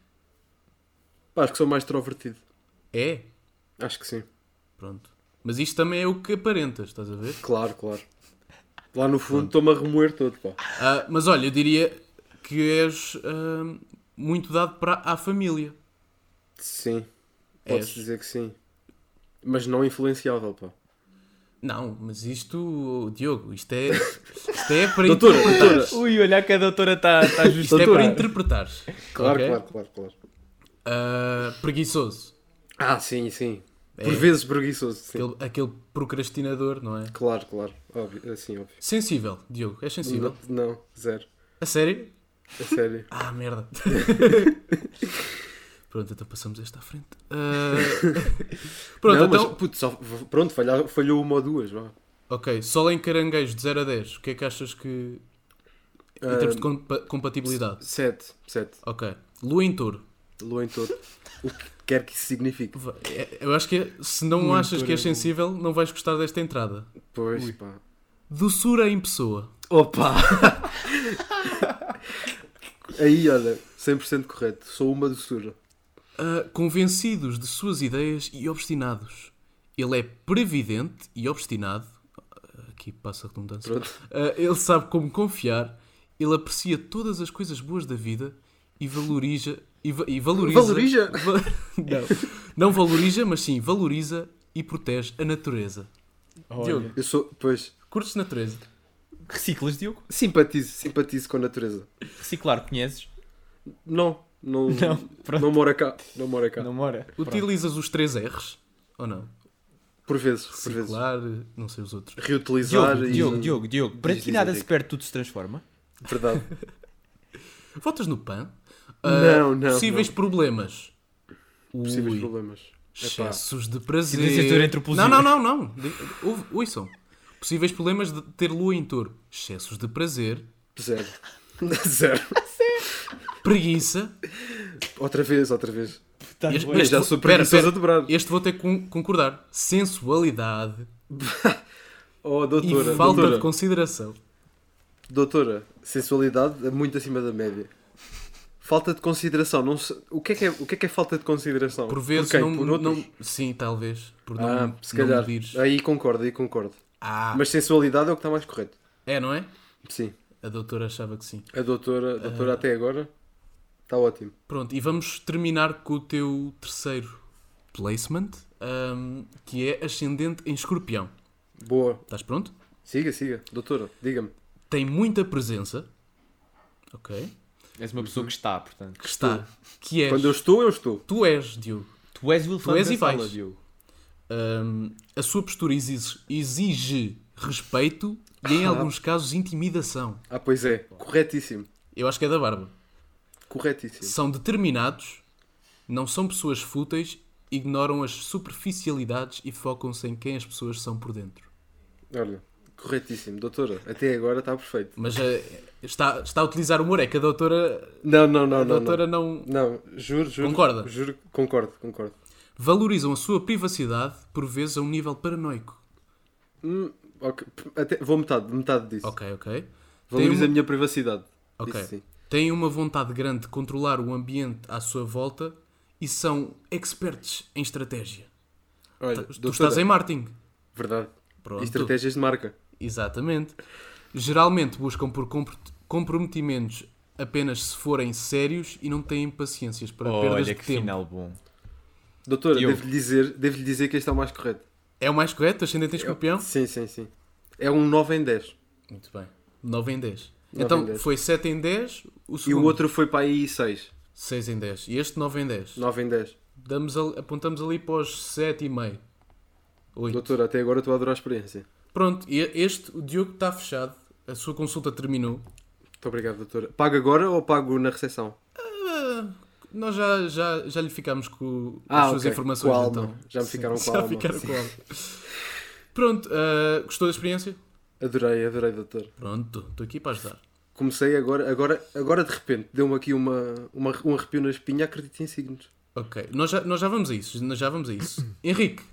[SPEAKER 2] pá, acho que sou mais extrovertido.
[SPEAKER 3] É?
[SPEAKER 2] Acho que sim.
[SPEAKER 3] Pronto. Mas isto também é o que aparentas, estás a ver?
[SPEAKER 2] Claro, claro. Lá no fundo estou-me a remoer todo, pá.
[SPEAKER 3] Ah, mas olha, eu diria que és ah, muito dado para à família.
[SPEAKER 2] Sim.
[SPEAKER 3] És.
[SPEAKER 2] Posso dizer que sim. Mas não influenciável, pá.
[SPEAKER 3] Não, mas isto, Diogo, isto é, isto é para
[SPEAKER 2] Doutora,
[SPEAKER 3] interpretar.
[SPEAKER 2] doutora.
[SPEAKER 1] Ui, olha que a doutora está tá
[SPEAKER 3] Isto é
[SPEAKER 1] justificada.
[SPEAKER 3] para interpretares.
[SPEAKER 2] Claro,
[SPEAKER 3] ok?
[SPEAKER 2] claro, claro, claro.
[SPEAKER 3] Ah, preguiçoso.
[SPEAKER 2] Ah, sim, sim.
[SPEAKER 3] É.
[SPEAKER 2] Por vezes preguiçoso, sim.
[SPEAKER 3] Aquele, aquele procrastinador, não é?
[SPEAKER 2] Claro, claro. Óbvio. Assim, óbvio.
[SPEAKER 3] Sensível, Diogo, é sensível.
[SPEAKER 2] Não, não, zero.
[SPEAKER 3] A sério?
[SPEAKER 2] A sério.
[SPEAKER 3] Ah, merda. Pronto, então passamos esta à frente. Ah, Pronto,
[SPEAKER 2] não,
[SPEAKER 3] então.
[SPEAKER 2] mas, puto, só, pronto, falhar- falhou uma ou duas, vá.
[SPEAKER 3] Ok, sol em caranguejo de 0 a 10. O que é que achas que. Em termos de compa- compatibilidade.
[SPEAKER 2] Sete, sete.
[SPEAKER 3] Ok. Lua em touro.
[SPEAKER 2] Lua em todo. O que quer que isso signifique.
[SPEAKER 3] Va- é- Eu acho que se não
[SPEAKER 1] Lua em
[SPEAKER 3] achas que
[SPEAKER 1] touro é
[SPEAKER 3] és sensível, não vais gostar desta entrada.
[SPEAKER 2] Pois, pá.
[SPEAKER 3] Doçura em pessoa.
[SPEAKER 2] Opa! Aí, olha, 100% correto. Sou uma doçura.
[SPEAKER 3] Ah, convencidos de suas ideias e obstinados. Ele é previdente e obstinado. Aqui passa a redundância.
[SPEAKER 2] Pronto.
[SPEAKER 3] Ah, ele sabe como confiar. Ele aprecia todas as coisas boas da vida e valoriza. E, va- e valoriza.
[SPEAKER 2] Valoriza?
[SPEAKER 3] va- [LAUGHS] não. não valoriza, mas sim valoriza e protege a natureza. Diogo,
[SPEAKER 1] Olha.
[SPEAKER 2] Eu sou, pois,
[SPEAKER 3] curtes natureza?
[SPEAKER 1] Reciclas, Diogo?
[SPEAKER 2] simpatizo, simpatizo com a natureza.
[SPEAKER 1] Reciclar, conheces?
[SPEAKER 2] Não,
[SPEAKER 1] Não,
[SPEAKER 2] não, não,
[SPEAKER 1] pronto.
[SPEAKER 2] mora cá. Não mora cá.
[SPEAKER 1] Não mora.
[SPEAKER 3] Utilizas os três R's? Ou não?
[SPEAKER 2] Por vezes, por vezes.
[SPEAKER 3] Reciclar, não sei os outros.
[SPEAKER 2] Reutilizar
[SPEAKER 1] Diogo,
[SPEAKER 2] e.
[SPEAKER 1] Diogo, Diogo, Diogo, para
[SPEAKER 2] Diz,
[SPEAKER 1] ti
[SPEAKER 2] diz,
[SPEAKER 1] nada se
[SPEAKER 2] Henrique.
[SPEAKER 1] perde, tudo se transforma.
[SPEAKER 2] Verdade.
[SPEAKER 3] Votas no PAN? Ah,
[SPEAKER 2] Não, não,
[SPEAKER 3] Possíveis
[SPEAKER 2] não.
[SPEAKER 3] problemas.
[SPEAKER 2] Possíveis
[SPEAKER 3] Ui.
[SPEAKER 2] problemas. Epá,
[SPEAKER 3] Excessos de prazer.
[SPEAKER 1] Licenciatura antroposófica.
[SPEAKER 3] Não, não, não, não. De- ouve- Ouçam. Possíveis problemas de ter lua em touro. Excessos de prazer.
[SPEAKER 2] zero. [LAUGHS] Zero.
[SPEAKER 3] Preguiça.
[SPEAKER 2] Outra vez, outra vez.
[SPEAKER 1] Tá
[SPEAKER 3] Este-
[SPEAKER 1] bem.
[SPEAKER 2] mas- já
[SPEAKER 3] vou-
[SPEAKER 2] sou
[SPEAKER 3] pera,
[SPEAKER 2] preguiçoso
[SPEAKER 3] pera.
[SPEAKER 2] a dobrar.
[SPEAKER 3] Este vou ter que con- concordar. Sensualidade
[SPEAKER 2] Oh,
[SPEAKER 3] e
[SPEAKER 2] doutora,
[SPEAKER 3] falta
[SPEAKER 2] doutora,
[SPEAKER 3] de consideração.
[SPEAKER 2] doutora, sensualidade é muito acima da média. Falta de consideração, não sei- o, que é que é, o que é que é falta de consideração?
[SPEAKER 3] Por vezes
[SPEAKER 2] quem?
[SPEAKER 3] não,
[SPEAKER 2] Por
[SPEAKER 3] não-
[SPEAKER 2] outros?
[SPEAKER 3] Sim, talvez. Por não,
[SPEAKER 2] Ah, se
[SPEAKER 3] não
[SPEAKER 2] calhar.
[SPEAKER 3] medires.
[SPEAKER 2] Aí concordo, aí concordo.
[SPEAKER 3] Ah,
[SPEAKER 2] Mas sensualidade é o que está mais correto.
[SPEAKER 3] é, não é?
[SPEAKER 2] Sim.
[SPEAKER 3] A doutora achava que sim.
[SPEAKER 2] A doutora,
[SPEAKER 3] Ah.
[SPEAKER 2] a doutora até agora está ótimo.
[SPEAKER 3] Pronto, e vamos terminar com o teu terceiro placement, ahm, que é ascendente em escorpião.
[SPEAKER 2] Boa.
[SPEAKER 3] Estás pronto?
[SPEAKER 2] Siga, siga. Doutora, diga-me.
[SPEAKER 3] Tem muita presença. Ok.
[SPEAKER 1] És uma pessoa que está, portanto.
[SPEAKER 3] Que está. Que és.
[SPEAKER 2] Quando eu estou, eu estou.
[SPEAKER 3] Tu és, Diogo.
[SPEAKER 1] Tu és o elefante
[SPEAKER 3] és
[SPEAKER 1] da
[SPEAKER 3] e vais.
[SPEAKER 1] sala, Diogo.
[SPEAKER 3] Ahm, hum, a sua postura exige, exige respeito e, em alguns casos, intimidação.
[SPEAKER 2] Ah, pois é. Corretíssimo.
[SPEAKER 3] Eu acho que é da barba.
[SPEAKER 2] Corretíssimo.
[SPEAKER 3] São determinados, não são pessoas fúteis, ignoram as superficialidades e focam-se em quem as pessoas são por dentro.
[SPEAKER 2] Olha, corretíssimo. Doutora, até agora está perfeito.
[SPEAKER 3] Mas eh, está, está a utilizar humor, é que a doutora,
[SPEAKER 2] Não, não, não,
[SPEAKER 3] a
[SPEAKER 2] não.
[SPEAKER 3] doutora
[SPEAKER 2] não.
[SPEAKER 3] não.
[SPEAKER 2] Não, juro, juro.
[SPEAKER 3] Concorda?
[SPEAKER 2] Juro, concordo, concordo.
[SPEAKER 3] Valorizam a sua privacidade, por vezes a um nível paranoico.
[SPEAKER 2] Hum, ok. Até, vou metade, metade disso.
[SPEAKER 3] Ok, ok.
[SPEAKER 2] Valorizo
[SPEAKER 3] Tem
[SPEAKER 2] a minha privacidade.
[SPEAKER 3] Ok.
[SPEAKER 2] Isso sim.
[SPEAKER 3] Têm uma vontade grande de controlar o ambiente à sua volta e são experts em estratégia.
[SPEAKER 2] Olha,
[SPEAKER 3] Tu
[SPEAKER 2] doutora,
[SPEAKER 3] estás em marketing.
[SPEAKER 2] verdade.
[SPEAKER 3] Pronto.
[SPEAKER 2] E estratégias de marca.
[SPEAKER 3] Exatamente. Geralmente buscam por compro- comprometimentos apenas se forem sérios e não têm paciências para perdas
[SPEAKER 1] Olha
[SPEAKER 3] de
[SPEAKER 1] que
[SPEAKER 3] tempo.
[SPEAKER 1] final bom.
[SPEAKER 2] Doutora,
[SPEAKER 1] Diogo.
[SPEAKER 2] devo-lhe dizer, devo -lhe dizer que este é o mais correto.
[SPEAKER 3] É o um? mais correto, ascendente em escorpião?
[SPEAKER 2] Sim, sim, sim. É um 9 em 10.
[SPEAKER 3] Muito bem. 9 em 10.
[SPEAKER 2] Nove
[SPEAKER 3] então
[SPEAKER 2] em dez.
[SPEAKER 3] foi 7 em 10, o
[SPEAKER 2] E
[SPEAKER 3] segundo
[SPEAKER 2] o outro foi para aí 6.
[SPEAKER 3] 6 em 10. E este 9 em 10.
[SPEAKER 2] 9 em 10.
[SPEAKER 3] Damos ali- apontamos ali para os 7 e meio. 8.
[SPEAKER 2] Doutora, até agora estou a adorar a experiência.
[SPEAKER 3] Pronto, e este, o Diogo está fechado. A sua consulta terminou.
[SPEAKER 2] Muito obrigado, doutora. Pago agora ou pago na recepção?
[SPEAKER 3] Ah, Nós já, já, já lhe ficámos com as
[SPEAKER 2] Ah,
[SPEAKER 3] suas
[SPEAKER 2] ok. Com
[SPEAKER 3] informações.
[SPEAKER 2] a alma.
[SPEAKER 3] então.
[SPEAKER 2] Já me ficaram
[SPEAKER 3] Sim,
[SPEAKER 2] com a
[SPEAKER 3] já
[SPEAKER 2] alma.
[SPEAKER 3] ficaram
[SPEAKER 2] Sim.
[SPEAKER 3] com a alma. Pronto, ah, gostou da experiência?
[SPEAKER 2] Adorei, adorei, doutor.
[SPEAKER 3] Pronto, estou aqui para ajudar.
[SPEAKER 2] Comecei agora, agora, agora de repente, deu-me aqui uma, uma, um arrepio na espinha, acredito em signos.
[SPEAKER 3] Ok, nós já, nós já vamos a isso. Nós já vamos a isso. Henrique,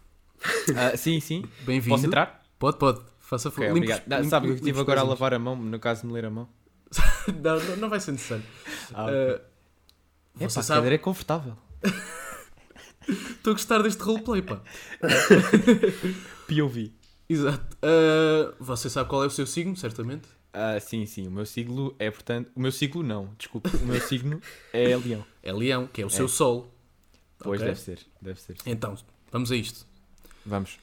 [SPEAKER 1] Ah, sim, sim.
[SPEAKER 3] bem-vindo.
[SPEAKER 1] Posso entrar?
[SPEAKER 3] Pode, pode. Faça favor.
[SPEAKER 1] Ok,
[SPEAKER 3] Limpa os-
[SPEAKER 1] obrigado. Não,
[SPEAKER 3] limpa-
[SPEAKER 1] sabe, eu
[SPEAKER 3] limpa
[SPEAKER 1] estive
[SPEAKER 3] os
[SPEAKER 1] agora a
[SPEAKER 3] pezinhos.
[SPEAKER 1] lavar a mão, no caso de me ler a mão.
[SPEAKER 3] não, não, não vai ser necessário.
[SPEAKER 1] Ah,
[SPEAKER 3] Ah,
[SPEAKER 1] é,
[SPEAKER 3] você
[SPEAKER 1] pá, a
[SPEAKER 3] sabe-
[SPEAKER 1] cadeira é confortável.
[SPEAKER 3] Estou a gostar deste roleplay, pá.
[SPEAKER 1] POV.
[SPEAKER 3] Exato. Ah, você sabe qual é o seu signo, certamente?
[SPEAKER 1] Ah, sim, sim. O meu signo é, portanto... O meu signo não, desculpe. O meu signo é [LAUGHS] leão.
[SPEAKER 3] É leão, que é o seu sol.
[SPEAKER 1] Pois,
[SPEAKER 3] Ok.
[SPEAKER 1] deve ser. Deve ser.
[SPEAKER 3] Então, vamos a isto.
[SPEAKER 1] Vamos.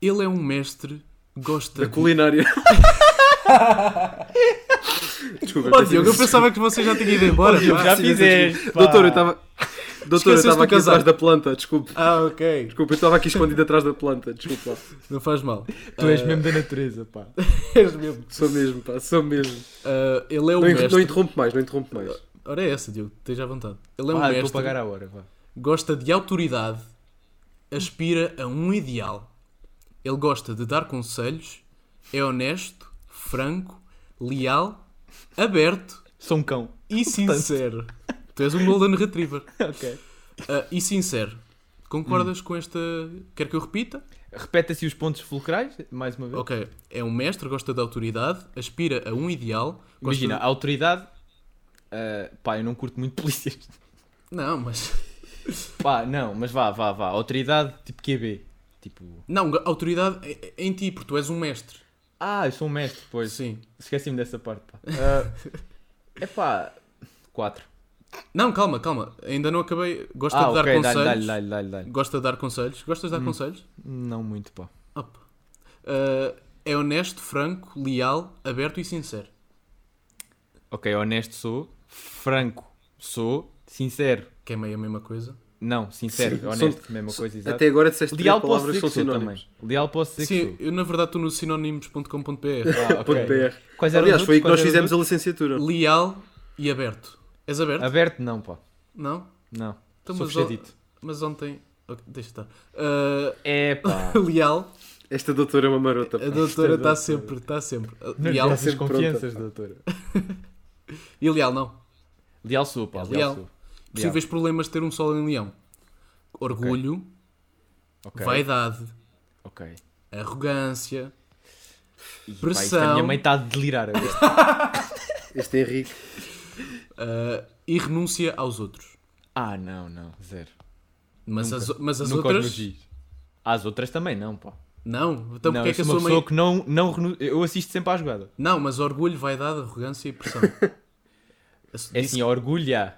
[SPEAKER 3] Ele é um mestre, gosta
[SPEAKER 1] É [LAUGHS]
[SPEAKER 2] Da culinária. Desculpa,
[SPEAKER 3] Oh, Diogo, eu pensava que você já tinha ido embora.
[SPEAKER 1] Diogo,
[SPEAKER 2] Ah,
[SPEAKER 3] pá.
[SPEAKER 1] já fizeste, pá.
[SPEAKER 2] Doutor, eu estava. Doutor, eu
[SPEAKER 3] Esqueceste do
[SPEAKER 2] estava aqui
[SPEAKER 3] casaco.
[SPEAKER 2] atrás da planta, desculpe.
[SPEAKER 3] Ah, ok.
[SPEAKER 2] Desculpa, eu estava aqui escondido atrás da planta, desculpa.
[SPEAKER 3] Não
[SPEAKER 1] [LAUGHS]
[SPEAKER 3] faz mal.
[SPEAKER 1] Tu és mesmo da natureza, pá.
[SPEAKER 3] És mesmo.
[SPEAKER 2] Sou mesmo, pá, sou mesmo.
[SPEAKER 3] Ah, ele é um
[SPEAKER 2] Não, interrompe
[SPEAKER 3] mestre.
[SPEAKER 2] mais, não interrompo mais.
[SPEAKER 3] Ora é essa, Diogo, esteja à vontade. Ele é um
[SPEAKER 1] Ah, vou
[SPEAKER 3] mestre,
[SPEAKER 1] pagar a hora, vá.
[SPEAKER 3] gosta de autoridade, aspira a um ideal. Ele gosta de dar conselhos, é honesto, franco, leal, aberto
[SPEAKER 1] Sou um cão.
[SPEAKER 3] e sincero. tu és um Golden Retriever.
[SPEAKER 1] [LAUGHS] ok.
[SPEAKER 3] Ah, e sincero. Concordas com esta. Quer que eu repita?
[SPEAKER 1] Repete-se assim os pontos fulcrais, mais uma vez.
[SPEAKER 3] Ok, é um mestre, gosta da autoridade, aspira a um ideal. gosta
[SPEAKER 1] Imagina, a autoridade. ah, pá, eu não curto muito [LAUGHS] polícias.
[SPEAKER 3] de- Não, mas.
[SPEAKER 1] Pá, não, mas vá, vá, vá. Autoridade tipo QB. Tipo.
[SPEAKER 3] Não, a autoridade é- é em ti, porque tu és um mestre.
[SPEAKER 1] Ah, eu sou um mestre, pois.
[SPEAKER 3] Sim.
[SPEAKER 1] Esqueci-me dessa parte, pá.
[SPEAKER 2] Eh,
[SPEAKER 1] [LAUGHS] é pá. 4.
[SPEAKER 3] Não, calma, calma. Ainda não acabei. Gosta
[SPEAKER 1] Ah,
[SPEAKER 3] de dar
[SPEAKER 1] ok, dá-lhe,
[SPEAKER 3] conselhos.
[SPEAKER 1] dá-lhe, Hum. dá-lhe, dá-lhe, dá-lhe.
[SPEAKER 3] Gosta de dar conselhos. Gostas de dar conselhos?
[SPEAKER 1] Não muito, pá.
[SPEAKER 3] Opa. Ah, é honesto, franco, leal, aberto e sincero.
[SPEAKER 1] Ok, honesto sou. Franco sou. Sincero.
[SPEAKER 3] Que é meio a mesma coisa.
[SPEAKER 1] Não, sincero,
[SPEAKER 2] Sim,
[SPEAKER 1] honesto,
[SPEAKER 2] sou-
[SPEAKER 1] mesma
[SPEAKER 2] sou-
[SPEAKER 1] coisa, exato.
[SPEAKER 2] Até agora disseste três
[SPEAKER 1] Leal posso
[SPEAKER 2] palavras
[SPEAKER 1] dizer
[SPEAKER 2] que são
[SPEAKER 1] que sou também.
[SPEAKER 2] sinónimos.
[SPEAKER 1] Leal posso dizer
[SPEAKER 3] Sim,
[SPEAKER 1] que sou.
[SPEAKER 3] eu na verdade estou no sinónimos.com.br.
[SPEAKER 1] Ah, ok.
[SPEAKER 2] [LAUGHS] Ponto .br.
[SPEAKER 1] Quais eram os
[SPEAKER 2] Aliás, foi aí
[SPEAKER 1] outros? Quais
[SPEAKER 2] que nós
[SPEAKER 1] eram os
[SPEAKER 2] fizemos a licenciatura.
[SPEAKER 3] Leal e aberto. És aberto?
[SPEAKER 1] outros? Aberto, não, pá.
[SPEAKER 3] Não?
[SPEAKER 1] Não.
[SPEAKER 3] Então,
[SPEAKER 1] sou
[SPEAKER 3] mas, ó-
[SPEAKER 1] fechadito.
[SPEAKER 3] mas ontem. Ok, deixa estar. Ah,
[SPEAKER 1] É, pá.
[SPEAKER 3] [LAUGHS] leal.
[SPEAKER 2] Esta doutora é uma marota.
[SPEAKER 3] A
[SPEAKER 2] pá.
[SPEAKER 3] doutora está sempre, está sempre.
[SPEAKER 1] [LAUGHS] Não lhe
[SPEAKER 3] Leal.
[SPEAKER 1] dessas
[SPEAKER 2] sempre pronta,
[SPEAKER 1] confianças,
[SPEAKER 2] pá.
[SPEAKER 1] doutora.
[SPEAKER 3] E leal não.
[SPEAKER 1] Leal sou, pá.
[SPEAKER 3] É leal.
[SPEAKER 1] Leal sou. Leal.
[SPEAKER 3] Possíveis problemas de ter um sol em leão. Orgulho,
[SPEAKER 1] Ok.
[SPEAKER 3] vaidade,
[SPEAKER 1] Ok.
[SPEAKER 3] arrogância.
[SPEAKER 1] Ih, pá,
[SPEAKER 3] Pressão.
[SPEAKER 1] isto a minha mãe está a delirar agora. é
[SPEAKER 2] Este Henrique.
[SPEAKER 3] ah, e renúncia aos outros.
[SPEAKER 1] ah, não, não. Zero.
[SPEAKER 3] Mas as, mas as
[SPEAKER 1] Nunca os
[SPEAKER 3] outras.
[SPEAKER 1] elogies. Ah, As outras também não, pá.
[SPEAKER 3] Não, então
[SPEAKER 1] não,
[SPEAKER 3] porque é que
[SPEAKER 1] eu sou
[SPEAKER 3] eu sou
[SPEAKER 1] uma pessoa
[SPEAKER 3] meio.
[SPEAKER 1] que não, não renu... Eu assisto sempre à jogada.
[SPEAKER 3] Não, mas orgulho, vaidade, arrogância
[SPEAKER 1] [LAUGHS]
[SPEAKER 3] e pressão. Isso-
[SPEAKER 1] É assim, orgulha,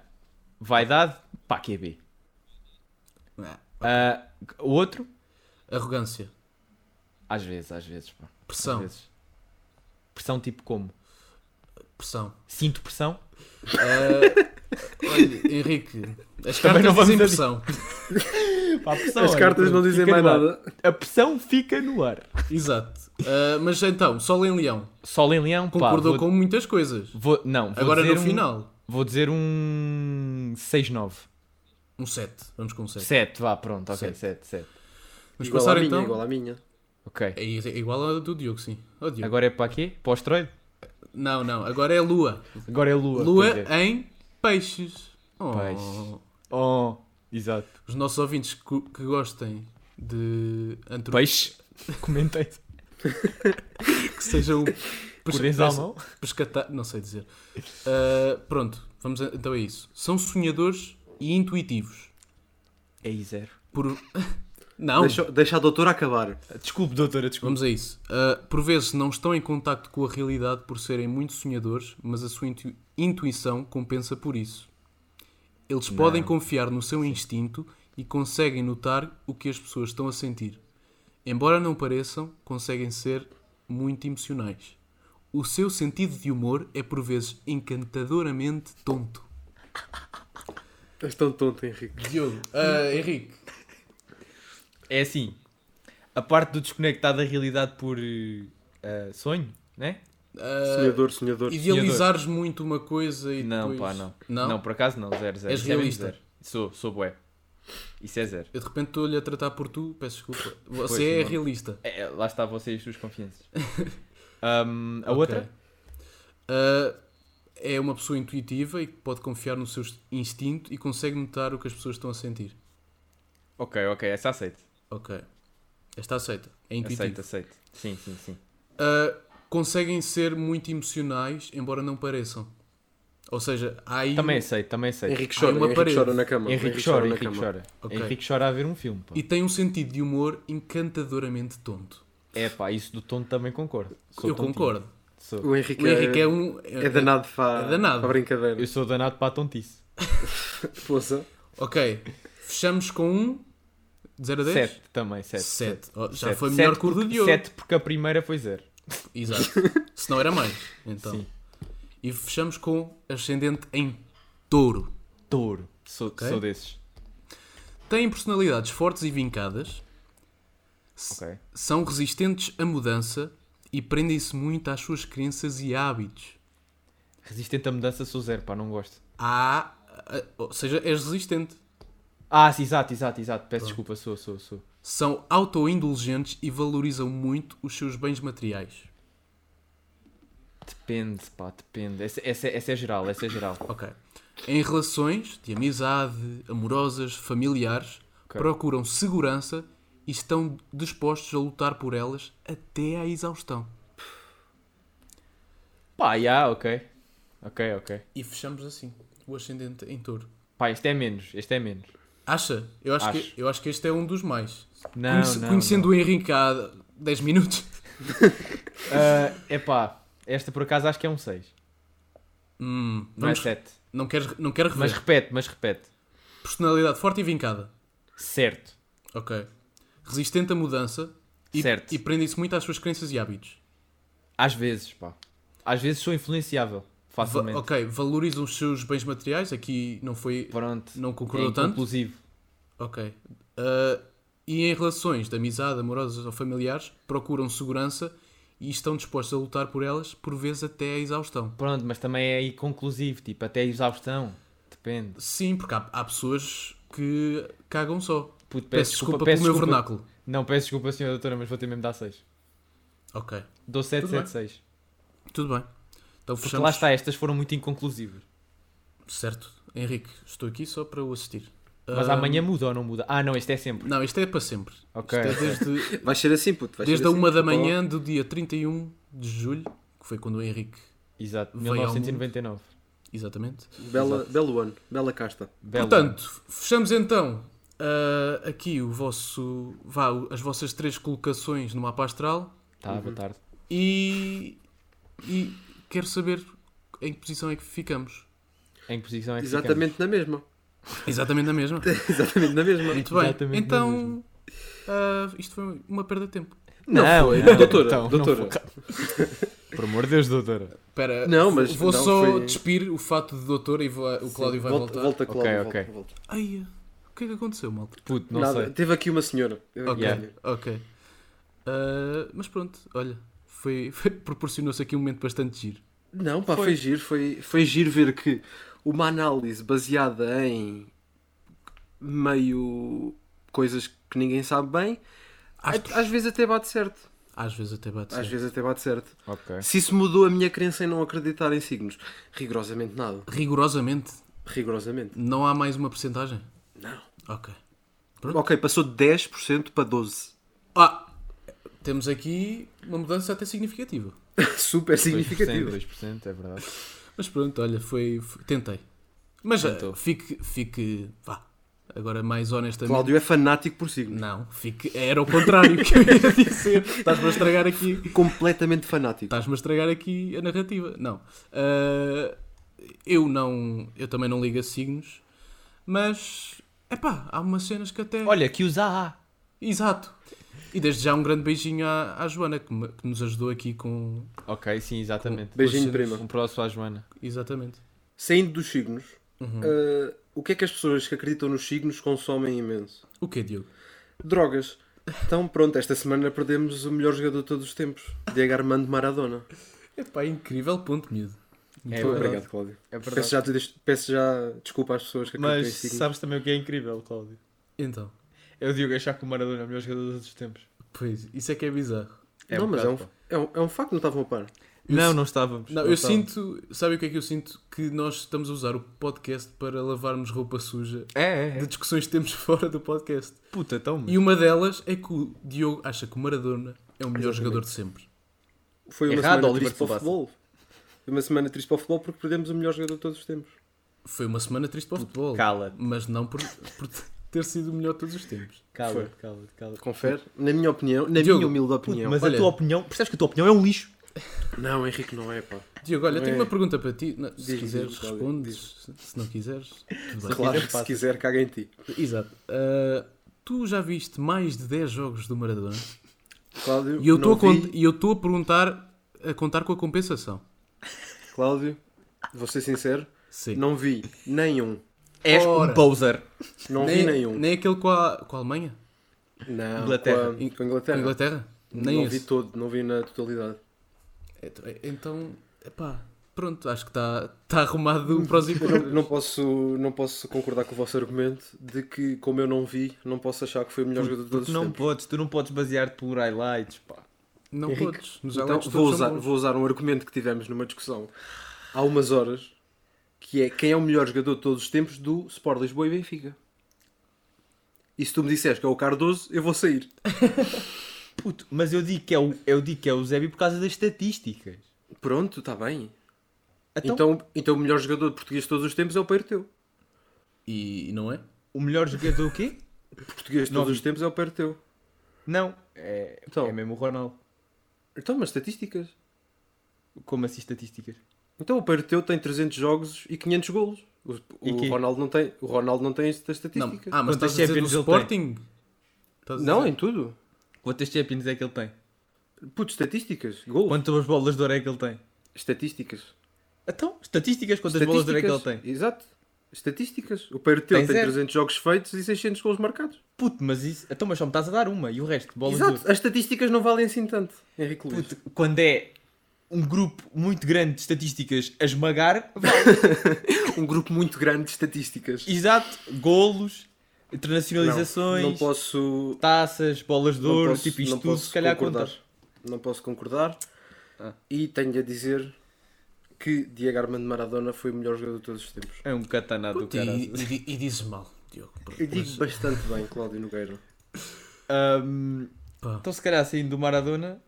[SPEAKER 1] vaidade, pá, QB.
[SPEAKER 3] Ah,
[SPEAKER 1] Ah, o outro,
[SPEAKER 3] Arrogância,
[SPEAKER 1] às vezes, às vezes, pá. às
[SPEAKER 3] pressão,
[SPEAKER 1] vezes. Pressão tipo como?
[SPEAKER 3] pressão.
[SPEAKER 1] Sinto pressão?
[SPEAKER 3] Olha,
[SPEAKER 1] [LAUGHS]
[SPEAKER 3] Henrique, as
[SPEAKER 1] Também
[SPEAKER 3] cartas
[SPEAKER 1] não vamos
[SPEAKER 3] dizem
[SPEAKER 1] a-
[SPEAKER 3] pressão.
[SPEAKER 1] [LAUGHS] Pá, a pressão,
[SPEAKER 2] As
[SPEAKER 1] olha,
[SPEAKER 2] cartas não
[SPEAKER 1] pronto,
[SPEAKER 2] dizem
[SPEAKER 1] fica
[SPEAKER 2] mais
[SPEAKER 1] no ar.
[SPEAKER 2] nada.
[SPEAKER 1] A pressão fica no ar.
[SPEAKER 3] Exato. Ah, mas então, Sol em Leão
[SPEAKER 1] Sol em Leão, pá.
[SPEAKER 3] concordou
[SPEAKER 1] vou-
[SPEAKER 3] com muitas coisas.
[SPEAKER 1] vou- não, vou
[SPEAKER 3] Agora
[SPEAKER 1] dizer
[SPEAKER 3] no
[SPEAKER 1] um-
[SPEAKER 3] final,
[SPEAKER 1] Vou dizer um 6-9.
[SPEAKER 3] um 7. Vamos com um 7.
[SPEAKER 1] 7, vá, pronto, ok,
[SPEAKER 3] Sete.
[SPEAKER 1] 7, 7.
[SPEAKER 3] Vamos
[SPEAKER 2] Igual à
[SPEAKER 3] passar
[SPEAKER 2] minha,
[SPEAKER 3] então.
[SPEAKER 2] igual à minha.
[SPEAKER 1] Ok.
[SPEAKER 3] É i- é igual a do Diogo, sim. Ó, Diogo.
[SPEAKER 1] Agora é para quê? Para o asteroide?
[SPEAKER 3] Não, não, agora é Lua.
[SPEAKER 1] Agora é Lua.
[SPEAKER 3] Lua
[SPEAKER 1] pois é.
[SPEAKER 3] em peixes. Oh.
[SPEAKER 1] Peixes. Oh, exato.
[SPEAKER 3] Os nossos ouvintes que, que gostem de antro... [LAUGHS]
[SPEAKER 1] Peixe. Comentei.
[SPEAKER 2] [LAUGHS]
[SPEAKER 3] que sejam é
[SPEAKER 1] Cordeiros à mão.
[SPEAKER 3] assim. pescata... não sei dizer. Ah, pronto, vamos a- então é isso. São sonhadores e intuitivos.
[SPEAKER 1] É zero.
[SPEAKER 3] Por [LAUGHS] Não,
[SPEAKER 2] Deixa, deixa a doutora acabar.
[SPEAKER 1] Desculpe, doutora, desculpe.
[SPEAKER 3] vamos a isso. Ah, por vezes não estão em contacto com a realidade por serem muito sonhadores, mas a sua intu- intuição compensa por isso. Eles podem confiar no seu instinto e conseguem notar o que as pessoas estão a sentir. Embora não pareçam, conseguem ser muito emocionais. O seu sentido de humor é por vezes encantadoramente tonto.
[SPEAKER 2] És tão tonto, Henrique.
[SPEAKER 3] Diogo, ah, Henrique,
[SPEAKER 1] É assim. A parte do desconectar da realidade por eh, sonho, né?
[SPEAKER 2] Sonhador, sonhador.
[SPEAKER 3] idealizares muito uma coisa e
[SPEAKER 1] Não,
[SPEAKER 3] depois...
[SPEAKER 1] pá, não.
[SPEAKER 3] Não?
[SPEAKER 1] por acaso não, zero, zero.
[SPEAKER 3] És
[SPEAKER 1] Isso é mesmo
[SPEAKER 3] realista.
[SPEAKER 1] zero. Sou, sou bué. Isso é zero.
[SPEAKER 3] Eu de repente estou-lhe a tratar por tu, peço desculpa. Você
[SPEAKER 1] Pois,
[SPEAKER 3] é
[SPEAKER 1] não.
[SPEAKER 3] realista.
[SPEAKER 1] É, é, lá está você e as suas
[SPEAKER 3] [LAUGHS]
[SPEAKER 1] confianças. Ahm, a
[SPEAKER 3] Ok.
[SPEAKER 1] outra?
[SPEAKER 3] Ah, é uma pessoa intuitiva e que pode confiar no seu instinto e consegue notar o que as pessoas estão a sentir.
[SPEAKER 1] Ok, ok, essa aceito.
[SPEAKER 3] Ok. Esta aceita. É intuitivo.
[SPEAKER 1] Aceito, aceito. Sim, sim, sim.
[SPEAKER 3] Ah, conseguem ser muito emocionais, embora não pareçam. Ou seja, há aí. um-
[SPEAKER 1] Também é aceito, também aceito.
[SPEAKER 2] Henrique chora,
[SPEAKER 3] Ai, uma
[SPEAKER 2] Henrique
[SPEAKER 3] parede.
[SPEAKER 2] chora na cama.
[SPEAKER 1] Henrique, chora,
[SPEAKER 2] na
[SPEAKER 1] Henrique
[SPEAKER 2] cama.
[SPEAKER 1] chora.
[SPEAKER 3] Ok.
[SPEAKER 1] Henrique chora a ver um filme, pá.
[SPEAKER 3] E tem um sentido de humor encantadoramente tonto.
[SPEAKER 1] É pá, isso do tonto também concordo. Sou
[SPEAKER 3] Eu
[SPEAKER 1] tontinho.
[SPEAKER 3] concordo.
[SPEAKER 1] Sou.
[SPEAKER 2] O Henrique,
[SPEAKER 3] O Henrique
[SPEAKER 2] é,
[SPEAKER 3] é um.
[SPEAKER 2] é danado para
[SPEAKER 3] é danado.
[SPEAKER 2] para brincadeira.
[SPEAKER 1] Eu sou danado para a tontice.
[SPEAKER 2] Força.
[SPEAKER 3] Ok. Fechamos com um. De 0 a 10?
[SPEAKER 1] 7 também, 7.
[SPEAKER 3] Sete. Oh, já foi melhor que o do Diogo.
[SPEAKER 1] 7 porque a primeira foi 0.
[SPEAKER 3] [LAUGHS] Exato. Se não era mais. Então.
[SPEAKER 1] Sim.
[SPEAKER 3] E fechamos com ascendente em touro.
[SPEAKER 1] Touro. Sou,
[SPEAKER 3] Ok.
[SPEAKER 1] sou desses.
[SPEAKER 3] Têm personalidades fortes e vincadas,
[SPEAKER 1] Ok.
[SPEAKER 3] são resistentes à mudança e prendem-se muito às suas crenças e hábitos.
[SPEAKER 1] Resistente à mudança sou 0, pá, não gosto.
[SPEAKER 3] Há, ah, ou seja, és resistente.
[SPEAKER 1] Ah, sim, exato, exato, exato. Peço desculpa, sou, sou, sou.
[SPEAKER 3] São autoindulgentes e valorizam muito os seus bens materiais.
[SPEAKER 1] Depende, pá, depende. Essa, essa, essa é geral, essa é geral.
[SPEAKER 3] Ok. Em relações de amizade, amorosas, familiares,
[SPEAKER 1] Ok.
[SPEAKER 3] procuram segurança e estão dispostos a lutar por elas até à exaustão.
[SPEAKER 1] Pá, já, ok. Ok, ok.
[SPEAKER 3] E fechamos assim, o ascendente em touro.
[SPEAKER 1] Pá, este é menos, este é menos.
[SPEAKER 3] Acha? Eu acho,
[SPEAKER 1] Acho.
[SPEAKER 3] Que, eu acho que este é um dos mais.
[SPEAKER 1] Não,
[SPEAKER 3] Conhece-
[SPEAKER 1] não,
[SPEAKER 3] conhecendo o Henrique há 10 minutos.
[SPEAKER 1] é pá, esta por acaso acho que é um 6.
[SPEAKER 3] Hum,
[SPEAKER 1] Não
[SPEAKER 3] vamos-
[SPEAKER 1] é 7.
[SPEAKER 3] não queres não quero rever.
[SPEAKER 1] Mas repete, mas repete.
[SPEAKER 3] Personalidade forte e vincada.
[SPEAKER 1] Certo.
[SPEAKER 3] Ok. Resistente à mudança e,
[SPEAKER 1] Certo.
[SPEAKER 3] e prendem-se muito às suas crenças e hábitos.
[SPEAKER 1] Às vezes, pá. Às vezes sou influenciável.
[SPEAKER 3] Va-
[SPEAKER 1] Facilmente.
[SPEAKER 3] ok, valorizam os seus bens materiais. Aqui não foi.
[SPEAKER 1] Pronto.
[SPEAKER 3] Não concordou
[SPEAKER 1] É
[SPEAKER 3] tanto?
[SPEAKER 1] conclusivo.
[SPEAKER 3] Ok. Ah, e em relações de amizade, amorosas ou familiares, procuram segurança e estão dispostos a lutar por elas, por vezes até à exaustão.
[SPEAKER 1] Pronto, mas também é aí conclusivo, tipo, até a exaustão. Depende.
[SPEAKER 3] Sim, porque há, há pessoas que cagam só.
[SPEAKER 1] Puto,
[SPEAKER 3] Peço, desculpa, pelo meu vernáculo.
[SPEAKER 1] Não, peço desculpa, senhora doutora, mas vou ter mesmo de dar 6.
[SPEAKER 3] Ok,
[SPEAKER 1] Dou 7,
[SPEAKER 3] Tudo bem.
[SPEAKER 1] 7, 6.
[SPEAKER 3] tudo bem. Então
[SPEAKER 1] Porque lá
[SPEAKER 3] fechamos.
[SPEAKER 1] está, estas foram muito inconclusivas.
[SPEAKER 3] Certo. Henrique, estou aqui só para o assistir.
[SPEAKER 1] Mas
[SPEAKER 3] Ah,
[SPEAKER 1] amanhã muda ou não muda? Ah, não, este é sempre.
[SPEAKER 3] Não, isto é para sempre.
[SPEAKER 1] Ok,
[SPEAKER 3] Isto é
[SPEAKER 1] ok.
[SPEAKER 3] desde,
[SPEAKER 2] [LAUGHS] Vai ser assim, puto. Vai ser
[SPEAKER 3] desde a
[SPEAKER 2] assim.
[SPEAKER 3] 1 da
[SPEAKER 2] Desculpa lá.
[SPEAKER 3] manhã do dia 31 de julho, que foi quando o Henrique.
[SPEAKER 1] Exato,
[SPEAKER 3] Veio ao
[SPEAKER 1] 1999.
[SPEAKER 3] Exatamente.
[SPEAKER 2] Bela, belo ano. Bela casta.
[SPEAKER 1] Belo.
[SPEAKER 3] Portanto, fechamos então Ah, aqui o vosso. Vá, o- as vossas três colocações no mapa astral
[SPEAKER 1] Tá, boa tarde.
[SPEAKER 3] e. E quero saber em que posição é que ficamos.
[SPEAKER 1] Em que posição é que
[SPEAKER 2] Exatamente na mesma. [LAUGHS]
[SPEAKER 3] Exatamente a mesma.
[SPEAKER 2] Exatamente na mesma.
[SPEAKER 3] Muito bem.
[SPEAKER 1] Exatamente
[SPEAKER 3] então.
[SPEAKER 1] a mesma.
[SPEAKER 3] ah, isto foi uma perda de tempo.
[SPEAKER 1] ficamos?
[SPEAKER 2] Não, foi. Doutora,
[SPEAKER 1] Então,
[SPEAKER 2] doutora.
[SPEAKER 1] foi. [LAUGHS] Por amor de Deus, doutora.
[SPEAKER 3] Espera,
[SPEAKER 2] Não, mas
[SPEAKER 3] vou
[SPEAKER 2] não,
[SPEAKER 3] só
[SPEAKER 2] foi-
[SPEAKER 3] despir o fato de doutor e vou- o Cláudio vai
[SPEAKER 2] volta,
[SPEAKER 3] voltar.
[SPEAKER 2] Volta, Cláudio.
[SPEAKER 1] Ok,
[SPEAKER 2] volta, volta.
[SPEAKER 3] Ai, o que é que aconteceu, malta?
[SPEAKER 1] Puto, não
[SPEAKER 2] Nada,
[SPEAKER 1] sei.
[SPEAKER 2] teve aqui uma senhora. Teve aqui
[SPEAKER 3] Ok,
[SPEAKER 2] uma
[SPEAKER 1] Yeah.
[SPEAKER 2] senhora.
[SPEAKER 3] ok. Ah, mas pronto, olha, foi, [LAUGHS] foi- proporcionou-se aqui um momento bastante giro.
[SPEAKER 2] Não, pá, foi,
[SPEAKER 1] Foi.
[SPEAKER 2] giro. Foi, foi giro ver que uma análise baseada em meio coisas que ninguém sabe bem,
[SPEAKER 3] Astros.
[SPEAKER 2] às vezes até bate certo.
[SPEAKER 3] Às vezes até bate
[SPEAKER 2] Às
[SPEAKER 3] certo.
[SPEAKER 2] vezes até bate certo.
[SPEAKER 1] Ok.
[SPEAKER 2] Se isso mudou a minha crença em não acreditar em signos, rigorosamente nada.
[SPEAKER 3] Rigorosamente,
[SPEAKER 2] Rigorosamente.
[SPEAKER 3] não há mais uma porcentagem?
[SPEAKER 2] Não.
[SPEAKER 3] Ok.
[SPEAKER 2] Ok, passou de 10% para 12%.
[SPEAKER 3] Ah, temos aqui uma mudança até significativa.
[SPEAKER 2] [LAUGHS] Super
[SPEAKER 1] 2%,
[SPEAKER 2] significativo.
[SPEAKER 1] 2%, é verdade.
[SPEAKER 3] Mas pronto, olha, foi, foi- tentei. Mas ah,
[SPEAKER 1] Tentou.
[SPEAKER 3] fique, fique, vá, agora mais honestamente.
[SPEAKER 2] Cláudio é fanático por signos.
[SPEAKER 3] Não, fique, era o contrário que eu ia dizer. Estás-me a estragar aqui.
[SPEAKER 2] Completamente fanático.
[SPEAKER 3] Estás-me a estragar aqui a narrativa. Não. Ah, eu não. Eu também não ligo a signos, mas. Epá, há umas cenas que
[SPEAKER 1] [LAUGHS]
[SPEAKER 3] até.
[SPEAKER 1] Olha, que usa A.
[SPEAKER 3] Exato. E desde já um grande beijinho à, à Joana, que, me- que nos ajudou aqui com.
[SPEAKER 1] Ok, sim, exatamente.
[SPEAKER 2] Beijinho,
[SPEAKER 3] Vocês-
[SPEAKER 2] prima.
[SPEAKER 1] Um próximo à Joana.
[SPEAKER 3] Exatamente.
[SPEAKER 2] Saindo dos signos,
[SPEAKER 1] Uhum.
[SPEAKER 2] eh, o que é que as pessoas que acreditam nos signos consomem imenso?
[SPEAKER 3] O que Diogo?
[SPEAKER 2] Drogas. Então, pronto, esta semana perdemos o melhor jogador de todos os tempos, Diego Armando Maradona.
[SPEAKER 3] Epá, incrível ponto, miúdo.
[SPEAKER 1] É
[SPEAKER 2] Pô,
[SPEAKER 1] verdade.
[SPEAKER 2] obrigado, Cláudio.
[SPEAKER 1] É
[SPEAKER 2] Peço já, te dest- peço já desculpa às pessoas que acreditam
[SPEAKER 1] Mas
[SPEAKER 2] em signos.
[SPEAKER 1] sabes também o que é incrível, Cláudio?
[SPEAKER 3] Então,
[SPEAKER 1] É o Diogo achar que o Maradona é o melhor jogador de todos os tempos.
[SPEAKER 3] pois, isso é que é bizarro.
[SPEAKER 1] É
[SPEAKER 2] não,
[SPEAKER 1] um
[SPEAKER 2] mas é um,
[SPEAKER 1] bocado,
[SPEAKER 2] é, um, é um facto, não estavam a par.
[SPEAKER 1] Não, não estávamos.
[SPEAKER 3] Não, eu
[SPEAKER 1] estávamos.
[SPEAKER 3] sinto. Sabe o que é que eu sinto? Que nós estamos a usar o podcast para lavarmos roupa suja
[SPEAKER 1] É, é,
[SPEAKER 3] de
[SPEAKER 1] é.
[SPEAKER 3] discussões que temos [LAUGHS] fora do podcast.
[SPEAKER 1] Puta, então.
[SPEAKER 3] E uma delas é que o Diogo acha que o Maradona é o melhor jogador de sempre.
[SPEAKER 2] Foi uma
[SPEAKER 1] Errado,
[SPEAKER 2] semana
[SPEAKER 1] Oliver
[SPEAKER 2] triste para o
[SPEAKER 1] Tsubasa.
[SPEAKER 2] futebol. Foi uma semana triste para o futebol porque perdemos o melhor jogador de todos os tempos.
[SPEAKER 3] Foi uma semana triste para o futebol,
[SPEAKER 1] Cala,
[SPEAKER 3] mas não por, por ter sido o melhor de todos os tempos.
[SPEAKER 1] cala,
[SPEAKER 2] Foi.
[SPEAKER 1] cala, cala.
[SPEAKER 2] Confere? Na minha opinião, na
[SPEAKER 3] Diogo,
[SPEAKER 2] minha humilde opinião.
[SPEAKER 1] Mas
[SPEAKER 3] Olha-
[SPEAKER 1] a tua opinião, percebes que a tua opinião é um lixo.
[SPEAKER 2] Não, Henrique não é, pá.
[SPEAKER 3] Diogo, olha, eu tenho
[SPEAKER 2] É.
[SPEAKER 3] uma pergunta para ti. Não, se
[SPEAKER 2] Diz,
[SPEAKER 3] quiseres,
[SPEAKER 2] diz, Cláudio,
[SPEAKER 3] respondes. Se- Se não quiseres, tudo bem.
[SPEAKER 2] Claro,
[SPEAKER 1] quiser,
[SPEAKER 2] se
[SPEAKER 1] passa.
[SPEAKER 2] quiser, caga em ti.
[SPEAKER 3] Exato. Ah, tu já viste mais de 10 jogos do Maradona
[SPEAKER 2] Cláudio,
[SPEAKER 3] e eu
[SPEAKER 2] não
[SPEAKER 3] estou a,
[SPEAKER 2] vi.
[SPEAKER 3] cont- e eu estou a perguntar, a contar com a compensação.
[SPEAKER 2] Cláudio, vou ser sincero,
[SPEAKER 3] Sim.
[SPEAKER 2] não vi nenhum.
[SPEAKER 1] És
[SPEAKER 3] Ora.
[SPEAKER 1] um poser.
[SPEAKER 2] Não
[SPEAKER 3] nem,
[SPEAKER 2] vi nenhum.
[SPEAKER 3] nem aquele com a, com a Alemanha?
[SPEAKER 2] Não,
[SPEAKER 1] Inglaterra.
[SPEAKER 2] Com a, com a Inglaterra.
[SPEAKER 3] Com a Inglaterra? Nem
[SPEAKER 2] não
[SPEAKER 3] esse.
[SPEAKER 2] vi todo, não vi na totalidade.
[SPEAKER 3] Então- Então, epá, pronto, acho que está tá arrumado um prós e
[SPEAKER 2] Eu não, [LAUGHS]
[SPEAKER 3] contras.
[SPEAKER 2] não posso, não posso concordar com o vosso argumento de que, como eu não vi, não posso achar que foi o melhor jogador de todos
[SPEAKER 1] Porque
[SPEAKER 2] os
[SPEAKER 1] não
[SPEAKER 2] tempos.
[SPEAKER 1] podes, tu não podes basear-te por highlights, pá.
[SPEAKER 3] Não
[SPEAKER 2] Henrique,
[SPEAKER 3] podes. Nos
[SPEAKER 2] Então,
[SPEAKER 3] highlights
[SPEAKER 2] vou
[SPEAKER 3] todos são
[SPEAKER 2] usar,
[SPEAKER 3] bons.
[SPEAKER 2] vou usar um argumento que tivemos numa discussão há umas horas, que é quem é o melhor jogador de todos os tempos do Sport Lisboa e Benfica. E se tu me disseres que é o Cardoso, eu vou sair.
[SPEAKER 1] Puto, mas eu digo que é o, eu digo que é o Zébio por causa das estatísticas.
[SPEAKER 2] Pronto, está bem.
[SPEAKER 1] Então,
[SPEAKER 2] Então, então o melhor jogador de português de todos os tempos é o Peiro Teu.
[SPEAKER 3] E, e não é?
[SPEAKER 1] o melhor jogador o quê?
[SPEAKER 2] Português de
[SPEAKER 1] Não
[SPEAKER 2] todos
[SPEAKER 1] vi.
[SPEAKER 2] os tempos é o Peiro Teu.
[SPEAKER 1] Não, é,
[SPEAKER 2] Então.
[SPEAKER 1] é mesmo o Ronaldo.
[SPEAKER 2] Então, mas estatísticas.
[SPEAKER 1] Como assim estatísticas?
[SPEAKER 2] Então o Peiro Teu tem 300 jogos e 500 golos. O,
[SPEAKER 1] E
[SPEAKER 2] o
[SPEAKER 1] quê?
[SPEAKER 2] Ronaldo não tem, o Ronaldo não tem estas
[SPEAKER 3] Não.
[SPEAKER 2] estatísticas.
[SPEAKER 3] Ah, mas
[SPEAKER 1] Quantas
[SPEAKER 3] estás a dizer do
[SPEAKER 1] Champions ele tem?
[SPEAKER 3] Sporting? Estás a
[SPEAKER 2] não,
[SPEAKER 3] dizer-
[SPEAKER 2] em tudo.
[SPEAKER 1] Quantas Champions é que ele tem?
[SPEAKER 2] Puto, estatísticas, golos.
[SPEAKER 1] Quantas bolas de ouro é que ele tem?
[SPEAKER 2] Estatísticas.
[SPEAKER 1] Então, estatísticas, quantas bolas de ouro é que ele
[SPEAKER 2] estatísticas.
[SPEAKER 1] tem?
[SPEAKER 2] Exato. Estatísticas. O Peiro Teu
[SPEAKER 1] Tem
[SPEAKER 2] tem,
[SPEAKER 1] zero.
[SPEAKER 2] 300 jogos feitos e 600 golos marcados.
[SPEAKER 1] Puto, mas isso. Então, mas só me estás a dar uma e o resto, bolas de
[SPEAKER 2] Exato.
[SPEAKER 1] ouro.
[SPEAKER 2] As estatísticas não valem assim tanto, Henrique Luís.
[SPEAKER 1] Puto, quando é um grupo muito grande de estatísticas a esmagar, [LAUGHS] vale.
[SPEAKER 2] Um grupo muito grande de estatísticas.
[SPEAKER 1] Exato, golos,
[SPEAKER 2] Não,
[SPEAKER 1] internacionalizações,
[SPEAKER 2] não posso,
[SPEAKER 1] taças, bolas de
[SPEAKER 2] Não
[SPEAKER 1] ouro,
[SPEAKER 2] posso-
[SPEAKER 1] tipo isto
[SPEAKER 2] não
[SPEAKER 1] tudo,
[SPEAKER 2] posso
[SPEAKER 1] se calhar
[SPEAKER 2] concordar.
[SPEAKER 1] contas.
[SPEAKER 2] Não posso concordar.
[SPEAKER 1] Ah.
[SPEAKER 2] E tenho a dizer que Diego Armando Maradona foi o melhor jogador de todos os tempos.
[SPEAKER 1] É um cataná do
[SPEAKER 3] Puta,
[SPEAKER 1] cara.
[SPEAKER 3] e, e, e dizes mal, Diogo.
[SPEAKER 2] Eu digo bastante bem, Cláudio Nogueira.
[SPEAKER 3] Pá.
[SPEAKER 1] então, se calhar saindo do Maradona,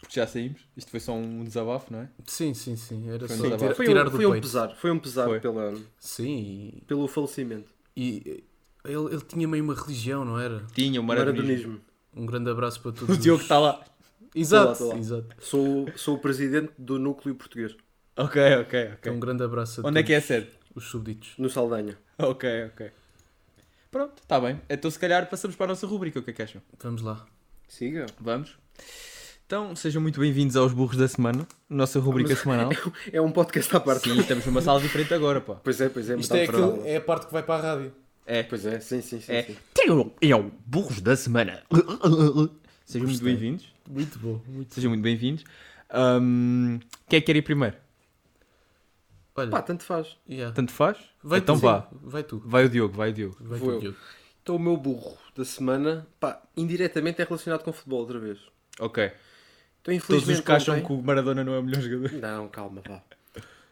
[SPEAKER 1] porque já saímos, isto foi só um desabafo, não é?
[SPEAKER 3] Sim, sim, sim. Era
[SPEAKER 1] Foi um
[SPEAKER 3] só
[SPEAKER 1] desabafo.
[SPEAKER 3] tirar,
[SPEAKER 2] Foi
[SPEAKER 3] tirar
[SPEAKER 2] um,
[SPEAKER 3] do
[SPEAKER 2] foi um
[SPEAKER 3] peito.
[SPEAKER 2] pesar, foi um pesar
[SPEAKER 1] Foi.
[SPEAKER 2] pela-
[SPEAKER 3] Sim,
[SPEAKER 2] pelo falecimento.
[SPEAKER 3] e, e Ele, ele tinha meio uma religião, não era?
[SPEAKER 1] Tinha o maradonismo.
[SPEAKER 2] Maradonismo.
[SPEAKER 3] Um grande abraço para todos.
[SPEAKER 1] O Diogo está lá.
[SPEAKER 3] Exato,
[SPEAKER 2] Tô lá, tô lá.
[SPEAKER 3] exato.
[SPEAKER 2] Sou, sou o presidente do núcleo português,
[SPEAKER 1] Ok, ok,
[SPEAKER 3] Então, um
[SPEAKER 1] ok.
[SPEAKER 3] grande abraço a
[SPEAKER 1] Onde é que é a
[SPEAKER 3] todos
[SPEAKER 1] sede?
[SPEAKER 3] os súbditos.
[SPEAKER 2] no Saldanha.
[SPEAKER 1] Ok, ok. Pronto, está bem. Então se calhar passamos para a nossa rubrica, o que é que acham?
[SPEAKER 3] Vamos lá.
[SPEAKER 2] Siga.
[SPEAKER 1] Vamos? Então, sejam muito bem-vindos aos Burros da Semana, nossa rubrica semanal.
[SPEAKER 2] É um podcast à parte.
[SPEAKER 1] Sim, estamos numa sala diferente agora, pá.
[SPEAKER 2] Pois é, pois é.
[SPEAKER 3] Isto
[SPEAKER 2] metade
[SPEAKER 3] é,
[SPEAKER 2] para lá.
[SPEAKER 3] a parte que vai para a rádio.
[SPEAKER 1] É.
[SPEAKER 2] Pois é, sim, sim, sim.
[SPEAKER 1] É.
[SPEAKER 2] sim.
[SPEAKER 1] É o Burros da Semana. Sejam muito
[SPEAKER 3] Gostei.
[SPEAKER 1] bem-vindos.
[SPEAKER 3] Muito bom, muito
[SPEAKER 1] Sejam muito bem-vindos. Ahm, quem é que quer ir primeiro?
[SPEAKER 3] Olha,
[SPEAKER 2] Pá, tanto faz.
[SPEAKER 3] yeah.
[SPEAKER 1] Tanto faz?
[SPEAKER 3] vai
[SPEAKER 1] então
[SPEAKER 3] tu, sim.
[SPEAKER 1] vá.
[SPEAKER 3] Vai tu.
[SPEAKER 1] Vai o Diogo, vai o Diogo.
[SPEAKER 3] Vai
[SPEAKER 2] Vou
[SPEAKER 3] tu,
[SPEAKER 2] eu.
[SPEAKER 3] Diogo.
[SPEAKER 2] Então o meu burro da semana, pá, indiretamente é relacionado com futebol outra vez.
[SPEAKER 1] Ok.
[SPEAKER 2] Então
[SPEAKER 1] Todos os
[SPEAKER 2] infelizmente
[SPEAKER 1] que acham
[SPEAKER 2] ontem...
[SPEAKER 1] que o Maradona não é o melhor jogador.
[SPEAKER 2] Não, calma, vá.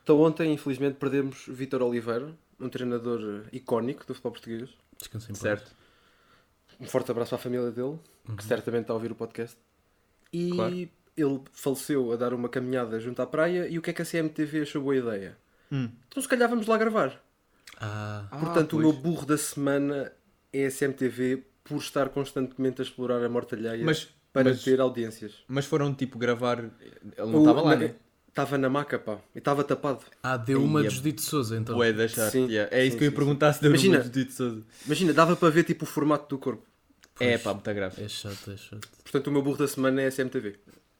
[SPEAKER 2] Então ontem infelizmente perdemos Vítor Oliveira, um treinador eh, icónico do futebol português.
[SPEAKER 3] Descansa em paz.
[SPEAKER 1] Certo.
[SPEAKER 2] Um forte abraço para a família dele, que certamente está a ouvir o podcast. E
[SPEAKER 1] Uhum. Claro.
[SPEAKER 2] ele faleceu a dar uma caminhada junto à praia. E o que é que a CMTV achou boa ideia?
[SPEAKER 1] Hum.
[SPEAKER 2] Então, se calhar, vamos lá gravar.
[SPEAKER 3] Ah,
[SPEAKER 2] Portanto, o meu burro da semana é a CMTV por estar constantemente a explorar a morte alheia
[SPEAKER 1] Mas-
[SPEAKER 2] para
[SPEAKER 1] mas-
[SPEAKER 2] ter audiências.
[SPEAKER 1] Mas foram tipo gravar. Ele não estava lá, né?
[SPEAKER 2] Estava na maca, pá. E estava tapado.
[SPEAKER 3] ah deu uma
[SPEAKER 1] Ia.
[SPEAKER 3] de Judite Souza, então.
[SPEAKER 1] Ué, deixar.
[SPEAKER 2] Sim,
[SPEAKER 1] yeah. É isso
[SPEAKER 2] sim,
[SPEAKER 1] que eu ia
[SPEAKER 2] sim,
[SPEAKER 1] perguntar se deu
[SPEAKER 2] Imagina.
[SPEAKER 1] Imagina. no Judito Souza.
[SPEAKER 2] Imagina, dava para ver tipo o formato do corpo.
[SPEAKER 3] Pois.
[SPEAKER 1] É pá, muito grave.
[SPEAKER 3] É chato, é chato.
[SPEAKER 2] Portanto, o meu burro da semana é a CMTV.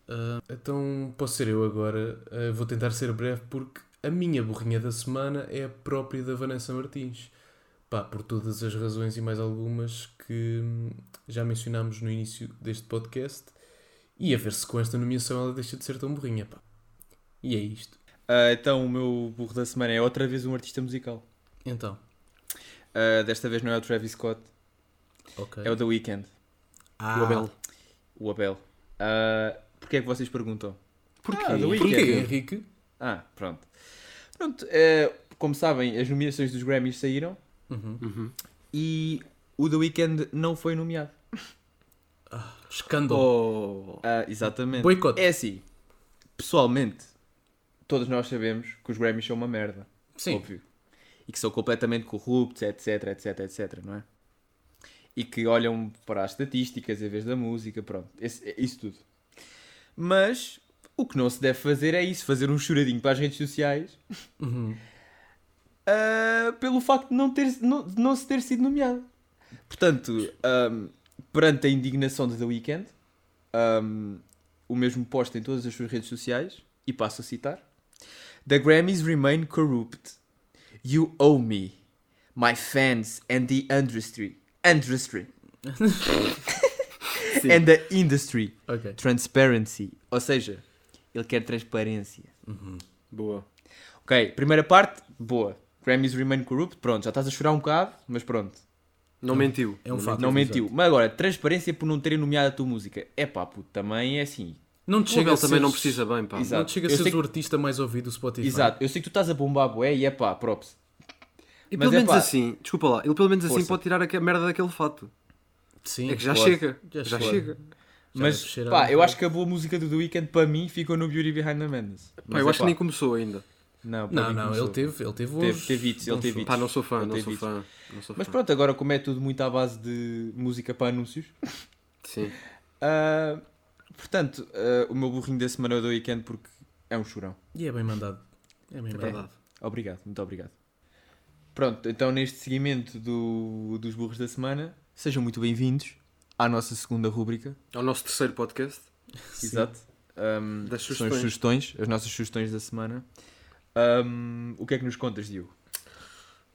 [SPEAKER 3] Ah, então posso ser eu agora. Ah, vou tentar ser breve porque a minha burrinha da semana é a própria da Vanessa Martins. Pá, por todas as razões e mais algumas que hum, já mencionámos no início deste podcast. E a ver se com esta nomeação ela deixa de ser tão burrinha, pá. E é isto.
[SPEAKER 1] Ah, então, o meu burro da semana é outra vez um artista musical.
[SPEAKER 3] Então,
[SPEAKER 1] Ah, desta vez não é o Travis Scott,
[SPEAKER 3] ok.
[SPEAKER 1] é o The Weeknd,
[SPEAKER 3] Ah,
[SPEAKER 1] o Abel. Ah, Porquê é que vocês perguntam?
[SPEAKER 2] Porquê?
[SPEAKER 1] Ah, The Weeknd.
[SPEAKER 3] Porquê, Henrique?
[SPEAKER 1] Ah, pronto. Pronto, eh, como sabem, as nomeações dos Grammys saíram
[SPEAKER 3] Uhum.
[SPEAKER 1] e o The Weeknd não foi nomeado.
[SPEAKER 3] Escândalo.
[SPEAKER 2] Oh.
[SPEAKER 1] Ah, exatamente.
[SPEAKER 3] Boicote.
[SPEAKER 1] É assim, pessoalmente, todos nós sabemos que os Grammys são uma merda.
[SPEAKER 3] Sim.
[SPEAKER 1] Óbvio. E que são completamente corruptos, etc, etc, etc, não é? E que olham para as estatísticas em vez da música, pronto. esse- é isso tudo. Mas o que não se deve fazer é isso, fazer um choradinho para as redes sociais
[SPEAKER 3] Uhum.
[SPEAKER 1] ah, pelo facto de não, ter, não, de não se ter sido nomeado. Portanto, ahm, perante a indignação de The Weeknd, ahm, o mesmo posta em todas as suas redes sociais, e passo a citar: The Grammys remain corrupt. You owe me, my fans and the industry. Industry.
[SPEAKER 2] Sim.
[SPEAKER 1] and the industry.
[SPEAKER 3] Ok.
[SPEAKER 1] Transparency. Ou seja, ele quer transparência.
[SPEAKER 2] Boa.
[SPEAKER 1] Ok, primeira parte, boa. Grammys Remain Corrupt, pronto, já estás a chorar um bocado, mas pronto,
[SPEAKER 2] Não mentiu.
[SPEAKER 3] É um fato.
[SPEAKER 1] não
[SPEAKER 3] exato.
[SPEAKER 1] mentiu. Mas agora, transparência por não terem nomeado a tua música. É pá, puto, também é assim.
[SPEAKER 3] Não te
[SPEAKER 2] O
[SPEAKER 3] chega
[SPEAKER 2] Abel
[SPEAKER 3] a
[SPEAKER 2] também não
[SPEAKER 3] seres-
[SPEAKER 2] precisa bem, pá.
[SPEAKER 1] Exato.
[SPEAKER 3] Não te chega
[SPEAKER 1] Eu
[SPEAKER 3] a seres
[SPEAKER 1] sei que-
[SPEAKER 3] o artista mais ouvido do Spotify.
[SPEAKER 1] Exato, eu sei que tu estás a bombar bué e é pá, props.
[SPEAKER 2] E
[SPEAKER 1] Mas
[SPEAKER 2] pelo
[SPEAKER 1] é
[SPEAKER 2] menos
[SPEAKER 1] pá.
[SPEAKER 2] assim, desculpa lá, ele pelo menos assim
[SPEAKER 1] Força.
[SPEAKER 2] pode tirar a merda daquele fato.
[SPEAKER 3] Sim.
[SPEAKER 2] É que já
[SPEAKER 1] claro.
[SPEAKER 2] chega.
[SPEAKER 3] Já
[SPEAKER 2] Já,
[SPEAKER 3] chega.
[SPEAKER 2] chega.
[SPEAKER 3] Já deve
[SPEAKER 1] Mas
[SPEAKER 3] cheirar
[SPEAKER 1] pá,
[SPEAKER 3] um
[SPEAKER 1] eu
[SPEAKER 3] bocado.
[SPEAKER 1] acho que a boa música do The Weeknd para mim ficou no Beauty Behind the Madness.
[SPEAKER 2] Pá,
[SPEAKER 1] Mas
[SPEAKER 2] eu
[SPEAKER 1] é
[SPEAKER 2] acho
[SPEAKER 1] pá,
[SPEAKER 2] que nem começou ainda.
[SPEAKER 1] Não, para
[SPEAKER 3] Não,
[SPEAKER 1] mim
[SPEAKER 3] não,
[SPEAKER 1] começou.
[SPEAKER 3] ele teve, ele teve
[SPEAKER 1] Teve-
[SPEAKER 3] uns
[SPEAKER 1] teve hits, ele
[SPEAKER 3] bons
[SPEAKER 1] teve
[SPEAKER 3] shows.
[SPEAKER 1] hits.
[SPEAKER 2] Pá, não sou fã,
[SPEAKER 1] Ele
[SPEAKER 2] não
[SPEAKER 1] teve
[SPEAKER 2] sou
[SPEAKER 1] hits.
[SPEAKER 2] fã. Não sou
[SPEAKER 1] Mas
[SPEAKER 2] fã.
[SPEAKER 1] pronto, agora como é tudo muito à base de música para anúncios.
[SPEAKER 2] Sim.
[SPEAKER 1] ah, portanto, ah, o meu burrinho da semana é o The Weeknd porque é um chorão.
[SPEAKER 3] E é bem mandado. É bem
[SPEAKER 2] É
[SPEAKER 3] mandado.
[SPEAKER 2] verdade.
[SPEAKER 1] Obrigado, muito obrigado. Pronto, então neste seguimento do, dos burros da semana, sejam muito bem-vindos à nossa segunda rúbrica.
[SPEAKER 2] É o nosso terceiro podcast.
[SPEAKER 3] Sim.
[SPEAKER 1] Ahm,
[SPEAKER 2] Das
[SPEAKER 1] são as
[SPEAKER 2] sugestões.
[SPEAKER 1] sugestões, as nossas sugestões da semana. Ahm, o que é que nos contas, Diogo?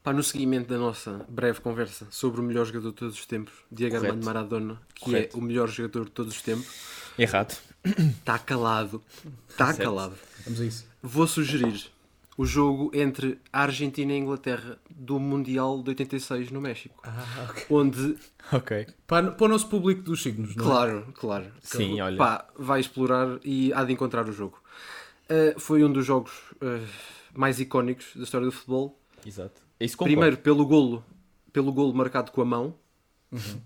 [SPEAKER 2] Pá, no seguimento da nossa breve conversa sobre o melhor jogador de todos os tempos, Diego
[SPEAKER 1] Correto.
[SPEAKER 2] Armando Maradona, que
[SPEAKER 1] Correto.
[SPEAKER 2] é o melhor jogador de todos os tempos,
[SPEAKER 1] Errado.
[SPEAKER 2] está calado. Está calado.
[SPEAKER 3] Vamos a isso.
[SPEAKER 2] Vou sugerir o jogo entre a Argentina e a Inglaterra do Mundial de 86 no México.
[SPEAKER 3] Ah, ok.
[SPEAKER 2] Onde
[SPEAKER 1] [LAUGHS] Ok.
[SPEAKER 3] Para, para o nosso público dos signos, não é?
[SPEAKER 2] Claro, claro.
[SPEAKER 1] Sim,
[SPEAKER 2] Então,
[SPEAKER 1] olha.
[SPEAKER 2] Pá, vai explorar e há de encontrar o jogo. Uh, foi um dos jogos uh, mais icónicos da história do futebol.
[SPEAKER 1] Exato. Isso concordo.
[SPEAKER 2] Primeiro pelo golo, pelo golo marcado com a mão,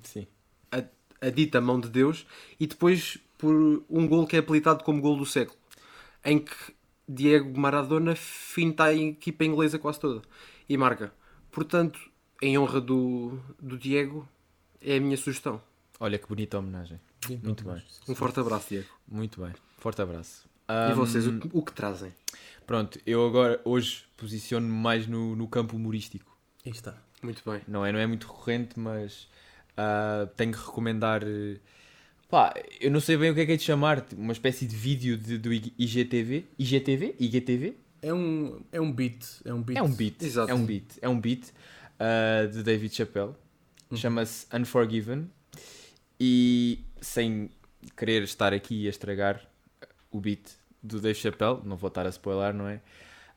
[SPEAKER 1] Sim.
[SPEAKER 2] a, a dita mão de Deus, e depois por um golo que é apelidado como golo do século, em que Diego Maradona finta a equipa inglesa quase toda e marca. Portanto, em honra do, do Diego, é a minha sugestão.
[SPEAKER 1] Olha que bonita homenagem. Muito bem.
[SPEAKER 2] Um forte abraço, Diego.
[SPEAKER 1] Muito bem. Forte abraço.
[SPEAKER 2] E
[SPEAKER 1] Ahm,
[SPEAKER 2] vocês, o que, o que trazem?
[SPEAKER 1] Pronto, eu agora, hoje, posiciono-me mais no, no campo humorístico.
[SPEAKER 3] Aí está.
[SPEAKER 2] Muito bem.
[SPEAKER 1] Não é, não é muito recorrente, mas ah, tenho que recomendar. eh, Pá, eu não sei bem o que é que é de chamar, tipo, uma espécie de vídeo de- do I- IGTV. IGTV? IGTV?
[SPEAKER 3] É um, é um beat. É um beat.
[SPEAKER 1] É um beat.
[SPEAKER 2] Exato.
[SPEAKER 1] É um beat. É um beat ah, de David Chappelle. Chama-se Unforgiven. E sem querer estar aqui a estragar o beat do Dave Chappelle, não vou estar a spoiler, não é?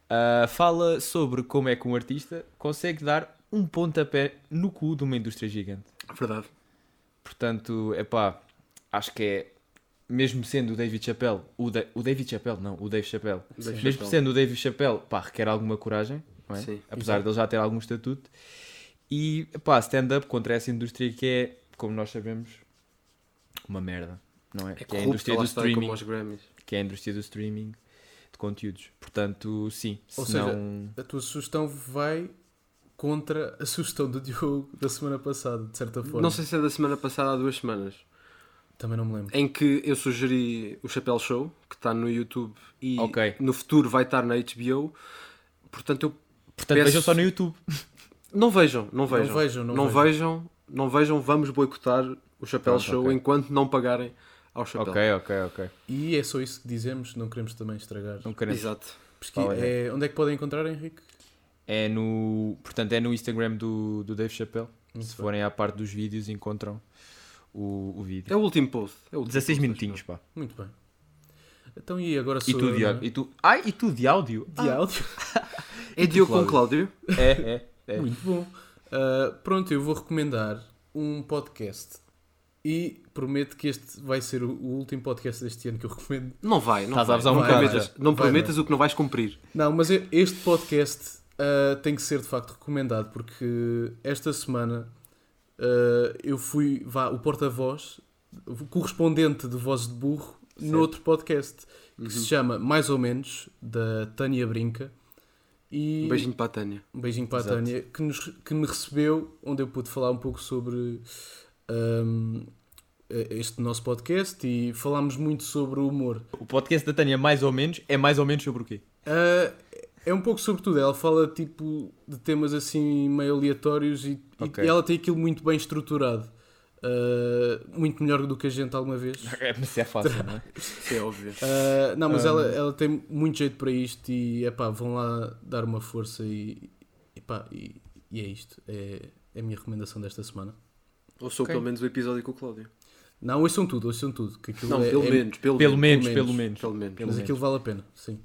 [SPEAKER 1] Ah, fala sobre como é que um artista consegue dar um pontapé no cu de uma indústria gigante.
[SPEAKER 2] Verdade.
[SPEAKER 1] Portanto, é pá, acho que é, mesmo sendo o David Chappelle, o, Da- o David Chappelle, não, o Dave Chappelle,
[SPEAKER 2] Dave
[SPEAKER 1] mesmo
[SPEAKER 2] Chappelle.
[SPEAKER 1] sendo o David Chappelle, pá, requer alguma coragem, não é?
[SPEAKER 2] Sim.
[SPEAKER 1] apesar de ele já ter algum estatuto. E pá, stand-up contra essa indústria que é, como nós sabemos, uma merda, não é?
[SPEAKER 2] É
[SPEAKER 1] que é a
[SPEAKER 2] corrupto,
[SPEAKER 1] indústria
[SPEAKER 2] lá
[SPEAKER 1] do
[SPEAKER 2] está, como
[SPEAKER 1] streaming,
[SPEAKER 2] aos Grammys.
[SPEAKER 1] que é a indústria do streaming de conteúdos. Portanto, sim,
[SPEAKER 3] Ou
[SPEAKER 1] se não...
[SPEAKER 3] seja, A tua sugestão vai contra a sugestão do Diogo da semana passada, de certa forma.
[SPEAKER 2] Não sei se é da semana passada, há duas semanas,
[SPEAKER 3] Também não me lembro.
[SPEAKER 2] em que eu sugeri o Chapéu Show, que está no YouTube e
[SPEAKER 1] Ok.
[SPEAKER 2] no futuro vai estar na HBO. Portanto, eu
[SPEAKER 1] Portanto,
[SPEAKER 2] peço-
[SPEAKER 1] vejam só no YouTube.
[SPEAKER 2] Não vejam, não vejam.
[SPEAKER 3] Não vejam, não
[SPEAKER 2] vejam. Ah, não vejam, vamos boicotar o Chapéu
[SPEAKER 1] Pronto,
[SPEAKER 2] Show
[SPEAKER 1] ok.
[SPEAKER 2] enquanto não pagarem ao Chapéu.
[SPEAKER 1] Ok, ok, ok.
[SPEAKER 3] E é só isso que dizemos, não queremos também estragar.
[SPEAKER 1] Não queremos
[SPEAKER 2] Exato.
[SPEAKER 3] Pesqui-
[SPEAKER 1] Fala,
[SPEAKER 3] é- onde é que podem encontrar, Henrique?
[SPEAKER 1] É no, portanto, é no Instagram do, do Dave Chappelle.
[SPEAKER 3] Muito
[SPEAKER 1] Se
[SPEAKER 3] bem.
[SPEAKER 1] forem à parte dos vídeos, encontram o, o vídeo.
[SPEAKER 2] É o último post. É o último
[SPEAKER 1] 16
[SPEAKER 2] post,
[SPEAKER 1] minutinhos, pá.
[SPEAKER 3] Muito bem. Então e agora
[SPEAKER 1] E
[SPEAKER 3] sou
[SPEAKER 1] tu
[SPEAKER 3] eu,
[SPEAKER 1] de
[SPEAKER 3] não é?
[SPEAKER 2] né?
[SPEAKER 1] áudio.
[SPEAKER 3] Ah,
[SPEAKER 1] E tu, ai, e tu de áudio?
[SPEAKER 3] De áudio.
[SPEAKER 2] acho eu. É Diogo com Cláudio.
[SPEAKER 1] É, é. é.
[SPEAKER 3] Muito bom. Ah, pronto, eu vou recomendar um podcast. E prometo que este vai ser o, o último podcast deste ano que eu recomendo.
[SPEAKER 2] Não vai, não
[SPEAKER 1] Estás a
[SPEAKER 2] vai.
[SPEAKER 1] abusar um
[SPEAKER 2] não
[SPEAKER 1] bocado,
[SPEAKER 2] prometas, não
[SPEAKER 3] Vai,
[SPEAKER 2] prometas o que não vais cumprir.
[SPEAKER 3] Não, mas eu- este podcast ah, tem que ser de facto recomendado porque esta semana ah, eu fui vá, o porta-voz, o correspondente de Vozes de Burro, noutro podcast que se chama Mais ou Menos, da Tânia Brinca. E
[SPEAKER 2] Um beijinho para a Tânia.
[SPEAKER 3] um beijinho para
[SPEAKER 1] Exato.
[SPEAKER 3] a Tânia, que, nos- que me recebeu, onde eu pude falar um pouco sobre ahm, este nosso podcast e falámos muito sobre o humor.
[SPEAKER 1] O podcast da Tânia, mais ou menos, é mais ou menos sobre o quê?
[SPEAKER 3] Ah, é um pouco sobre tudo, ela fala tipo de temas assim meio aleatórios e, e-
[SPEAKER 1] Ok.
[SPEAKER 3] e ela tem aquilo muito bem estruturado. Ah, muito melhor do que a gente alguma vez.
[SPEAKER 1] É, Mas é fácil, [LAUGHS] não é?
[SPEAKER 2] Isso é óbvio.
[SPEAKER 3] Ah, não, mas
[SPEAKER 1] Hum.
[SPEAKER 3] ela, ela tem muito jeito para isto e epá, vão lá dar uma força e, epá, e, e é isto. É, é a minha recomendação desta semana.
[SPEAKER 2] Ou sou
[SPEAKER 1] Ok.
[SPEAKER 2] pelo menos o episódio com o Cláudio.
[SPEAKER 3] Não, ouçam tudo, ouçam tudo. Que aquilo
[SPEAKER 2] Não,
[SPEAKER 3] é,
[SPEAKER 2] pelo
[SPEAKER 3] é-
[SPEAKER 2] menos, pelo,
[SPEAKER 1] Pelo
[SPEAKER 2] menos.
[SPEAKER 1] menos,
[SPEAKER 3] menos.
[SPEAKER 1] pelo menos.
[SPEAKER 2] Pelo menos.
[SPEAKER 1] Pelo
[SPEAKER 3] Mas
[SPEAKER 1] menos.
[SPEAKER 3] aquilo vale a pena, sim.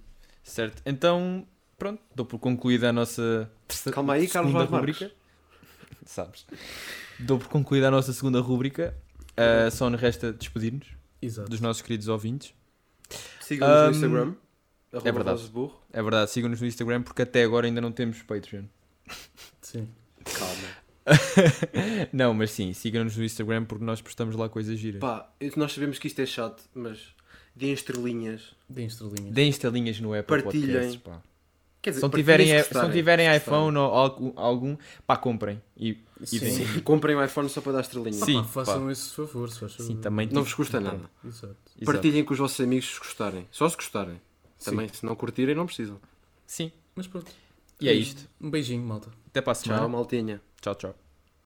[SPEAKER 1] Certo. Então, pronto, dou por concluída a nossa terceira-
[SPEAKER 2] Calma aí, Carlos
[SPEAKER 1] segunda
[SPEAKER 2] Vaz Marques.
[SPEAKER 1] rubrica. Sabes? Dou por concluída a nossa segunda rubrica. Ah, só nos resta despedir-nos
[SPEAKER 3] Exato.
[SPEAKER 1] dos nossos queridos ouvintes.
[SPEAKER 2] Sigam-nos
[SPEAKER 1] Ahm,
[SPEAKER 2] no Instagram. arroba
[SPEAKER 1] verdade.
[SPEAKER 2] Vozes de Burro.
[SPEAKER 1] É verdade, sigam-nos no Instagram porque até agora ainda não temos
[SPEAKER 2] [LAUGHS]
[SPEAKER 1] Patreon.
[SPEAKER 3] Sim.
[SPEAKER 2] Calma.
[SPEAKER 1] não, mas sim, sigam-nos no Instagram porque nós postamos lá coisas giras.
[SPEAKER 2] Pá, nós sabemos que isto é chato, mas deem estrelinhas.
[SPEAKER 3] Deem estrelinhas.
[SPEAKER 1] Deem estrelinhas no Apple
[SPEAKER 2] Partilhem.
[SPEAKER 1] Podcasts, pá.
[SPEAKER 2] Quer
[SPEAKER 1] Se
[SPEAKER 2] dizer,
[SPEAKER 1] não tiverem,
[SPEAKER 2] partilhem
[SPEAKER 1] se não
[SPEAKER 2] gostarem.
[SPEAKER 1] tiverem
[SPEAKER 2] Se
[SPEAKER 1] iPhone ou algu- algum, pá, comprem. E, e
[SPEAKER 3] Sim.
[SPEAKER 1] deem.
[SPEAKER 2] gostarem. Comprem o iPhone só para dar estrelinhas.
[SPEAKER 1] Sim,
[SPEAKER 3] Pá, façam
[SPEAKER 1] pá.
[SPEAKER 3] esse favor, se faz favor.
[SPEAKER 1] Sim, também
[SPEAKER 2] Não
[SPEAKER 1] tipo-
[SPEAKER 2] vos custa
[SPEAKER 1] pronto,
[SPEAKER 2] nada.
[SPEAKER 3] Exato.
[SPEAKER 1] exato.
[SPEAKER 2] Partilhem com os vossos amigos se gostarem. Só se gostarem. Também, se não curtirem, não precisam.
[SPEAKER 1] Sim,
[SPEAKER 3] Mas pronto.
[SPEAKER 1] e é isto.
[SPEAKER 3] Um beijinho, malta.
[SPEAKER 1] Até para a
[SPEAKER 2] Tchau,
[SPEAKER 1] semana.
[SPEAKER 2] maltinha.
[SPEAKER 1] Tchau, tchau.